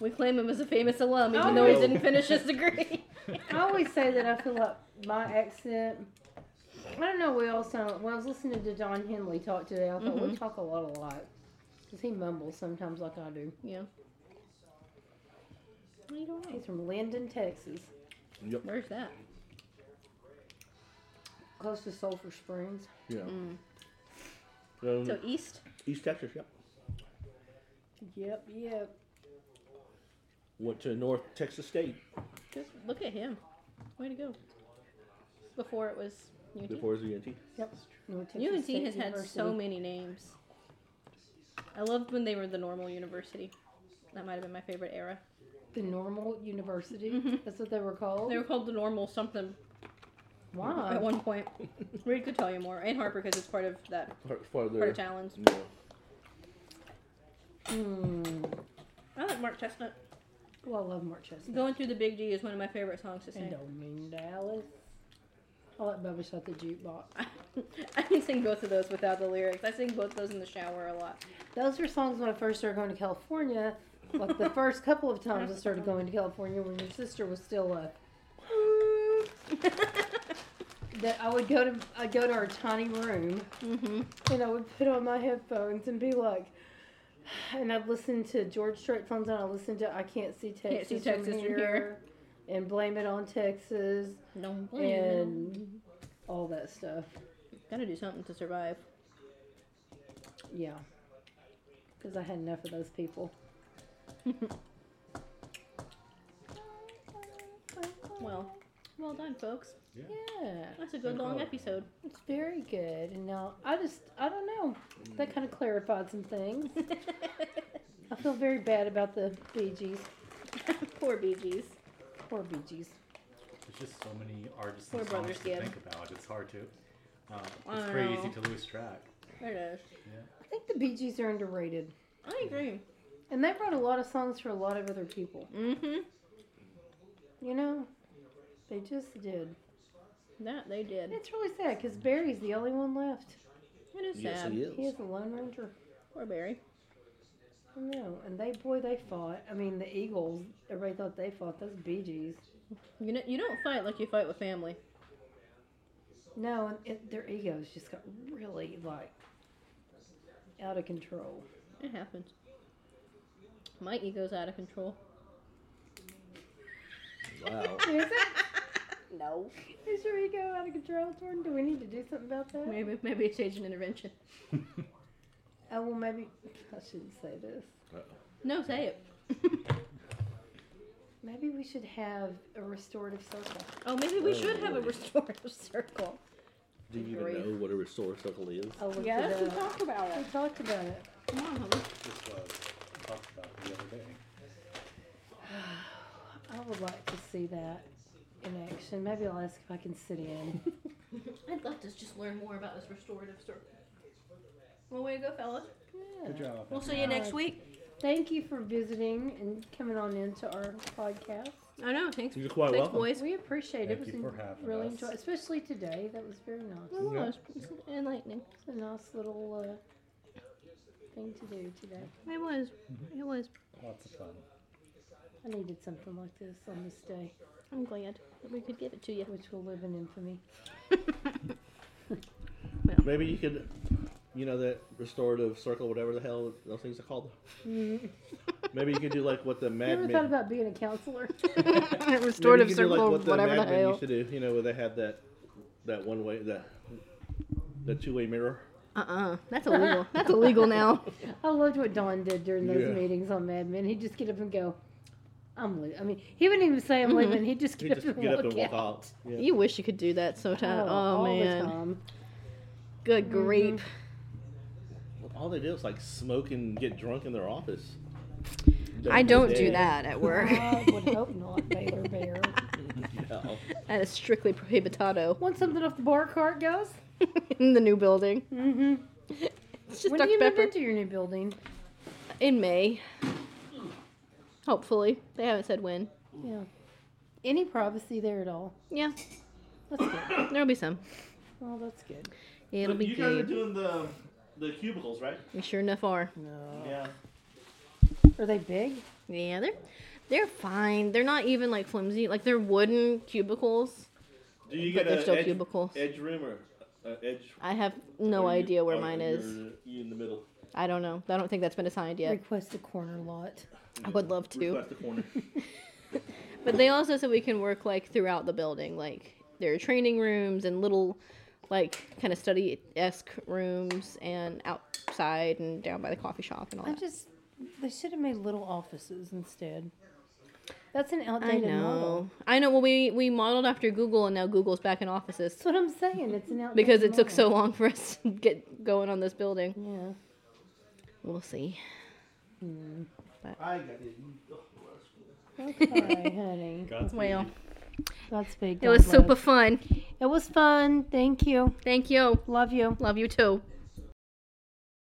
S4: We claim him as a famous alum, even
S3: Oh,
S4: though he
S5: no.
S4: didn't finish his degree.
S3: I always say that I feel like my accent. I don't know. We all sound. When I was listening to Don Henley talk today, I thought we talk a lot alike because he mumbles sometimes like I do.
S4: yeah. What are you doing?
S3: He's from Linden, Texas,
S4: Where's that?
S3: close to Sulphur Springs.
S5: Yeah.
S4: Mm.
S5: Um,
S4: So East.
S5: East Texas, yep.
S3: Yep, yep.
S5: Went to North Texas State
S4: Just look at him. Way to go. Before it was UT.
S5: before it was UNT.
S3: North Texas
S4: UNT
S3: State
S4: has had so
S3: University.
S4: many names. I loved when they were the normal university. That might have been my favorite era.
S3: The normal university.
S4: Mhm.
S3: That's what they were called.
S4: They were called the normal something
S3: Why?
S4: at one point. Reed could tell you more, and Harper because it's part of that
S5: Part, part
S4: part
S5: of their,
S4: of Talons.
S5: Yeah.
S3: Mm.
S4: I like Mark Chestnut.
S3: Oh, I love Mark Chestnut.
S4: Going Through the Big D is one of my favorite songs to
S3: and
S4: sing.
S3: Don't Mean Dallas. I like Bubba Shut the Jukebox.
S4: I can sing both of those without the lyrics. I sing both of those in the shower a lot.
S3: Those were songs when I first started going to California. Like the first couple of times I started going to California when your sister was still a that I would go to I'd go to our tiny room
S4: mm-hmm.
S3: and I would put on my headphones and be like and I'd listen to George Strait songs and I listened to I Can't See
S4: Can't
S3: Texas,
S4: See Texas
S3: from
S4: from
S3: here,
S4: Here.
S3: and Blame It on Texas
S4: No,
S3: Oh, and all that stuff.
S4: gotta do something to survive.
S3: Yeah. Because I had enough of those people.
S4: Well, well done, folks.
S3: Yeah.
S4: That's a good long episode.
S3: It's very good. And now I just I don't know. That kind of clarified some things. I feel very bad about the Bee Gees.
S4: Poor Bee Gees.
S3: Poor Bee Gees.
S6: There's just so many artists
S4: We're
S6: and songs
S4: brothers,
S6: to
S4: Gib.
S6: think about. It's hard to. Uh,
S4: I
S6: it's
S4: don't
S6: pretty
S4: know.
S6: easy to lose track.
S4: There it is.
S3: I think the Bee Gees are underrated.
S4: I agree.
S3: And they wrote a lot of songs for a lot of other people.
S4: Mm-hmm.
S3: You know? They just did.
S4: That they did.
S3: And it's really sad because Barry's the only one left.
S4: It is
S1: Yes,
S4: sad.
S1: he
S3: He
S1: is.
S3: is the Lone Ranger.
S4: Poor Barry.
S3: I know. And they, boy, they fought. I mean, the Eagles, everybody thought they fought. Those Bee Gees.
S4: You know, you don't fight like you fight with family.
S3: No, and it, their egos just got really, like, out of control.
S4: It happens. My ego's out of control.
S1: Wow.
S3: Is it?
S4: No.
S3: Is your ego out of control, Jordan? Do we need to do something about that?
S4: Maybe maybe it's agent intervention.
S3: Oh, well, maybe. I shouldn't say this.
S4: No, say it.
S3: Maybe we should have a restorative circle.
S4: oh, maybe we
S1: Oh,
S4: should have a
S1: Lordy.
S4: restorative circle.
S1: Do you even
S4: Grief.
S1: know what a restore circle is?
S3: I looked it
S4: uh,
S3: up.
S4: about
S3: We talked about it.
S4: Come on, honey.
S6: This was talked about the other day.
S3: I would like to see that in action. Maybe I'll ask if I can sit in.
S4: I'd love to just learn more about this restorative circle. Well, way to go, fellas.
S3: Yeah.
S6: Good job.
S4: We'll see you next week.
S3: Thank you for visiting and coming on into our podcast.
S4: I know. Thanks.
S5: You're quite
S4: Thanks,
S5: welcome.
S4: boys.
S3: We appreciate it.
S6: Thank
S3: it
S6: you
S3: was
S6: for having
S3: really
S6: us.
S3: enjoyable, especially today. That was very nice.
S4: Oh, it's- it's enlightening.
S3: It's a nice little uh, thing to do today.
S4: It was. It was.
S6: Lots of fun.
S3: I needed something like this on this day,
S4: I'm glad that we could give it to you.
S3: which will live in infamy.
S5: Maybe you could, you know, that restorative circle, whatever the hell those things are called. Maybe you could do like what the
S3: You
S5: Mad
S3: ever
S5: Men.
S3: thought about being a counselor?
S5: Restorative circle, whatever the hell. used to do, you know, where they had that, that one way, that, the two way mirror.
S4: Uh-uh. That's illegal. That's illegal now.
S3: I loved what Don did during those
S5: Yeah.
S3: meetings on Mad Men. He'd just get up and go, "I'm leaving." I mean, he wouldn't even say I'm leaving. He'd just
S5: You
S3: get,
S5: just
S3: up, and
S5: get up and walk
S3: out.
S5: out. Yeah.
S4: You wish you could do that sometime.
S3: Oh,
S4: Oh,
S3: all
S4: man.
S3: the time. Mm-hmm.
S4: Good grief.
S5: All they do is like smoke and get drunk in their office.
S4: I don't do
S5: Yeah.
S4: that at work.
S3: I would hope not, Baylor Bear.
S5: No.
S4: that is strictly prohibitado
S3: Want something off the bar cart, guys?
S4: in the new building.
S3: Mm-hmm.
S4: It's just
S3: When do
S4: Dr.
S3: you move
S4: Pepper
S3: into your new building?
S4: in May. Hopefully. They haven't said when.
S3: Yeah. Any privacy there at all?
S4: Yeah,
S3: That's good.
S4: there'll be some.
S3: Well, that's good.
S4: It'll be
S5: you guys are
S4: good.
S5: doing the the cubicles, right?
S4: We sure enough are.
S3: No.
S5: Yeah.
S3: Are they big?
S4: Yeah, they're they're fine. They're not even like flimsy. Like they're wooden cubicles.
S5: Do you
S4: But
S5: get
S4: they're
S5: a
S4: still
S5: edge,
S4: cubicles.
S5: edge rim or uh, edge?
S4: I have no
S5: or you-
S4: idea
S3: Oh,
S4: where
S5: or
S4: mine
S5: you're-
S4: is.
S5: You in the middle.
S4: I don't know. I don't think that's been assigned yet.
S3: Request a corner lot.
S4: I would love to.
S5: Request the corner.
S4: But they also said we can work like throughout the building. Like there are training rooms and little like kind of study esque rooms and outside and down by the coffee shop and all
S3: I
S4: that.
S3: just they should have made little offices instead. That's an
S4: I
S3: outdated model.
S4: know. I know. Well, we we modeled after Google and now Google's back in offices
S3: That's what I'm saying. It's an outdated
S4: because it took so
S3: model.
S4: long for us to get going on this building.
S3: Yeah.
S4: We'll see.
S5: I got it.
S3: Okay, honey.
S6: Godspeed.
S4: Well,
S3: Godspeed.
S4: it was
S3: God
S4: super
S3: bless.
S4: fun.
S3: It was fun. Thank you.
S4: Thank you.
S3: Love you.
S4: Love you too.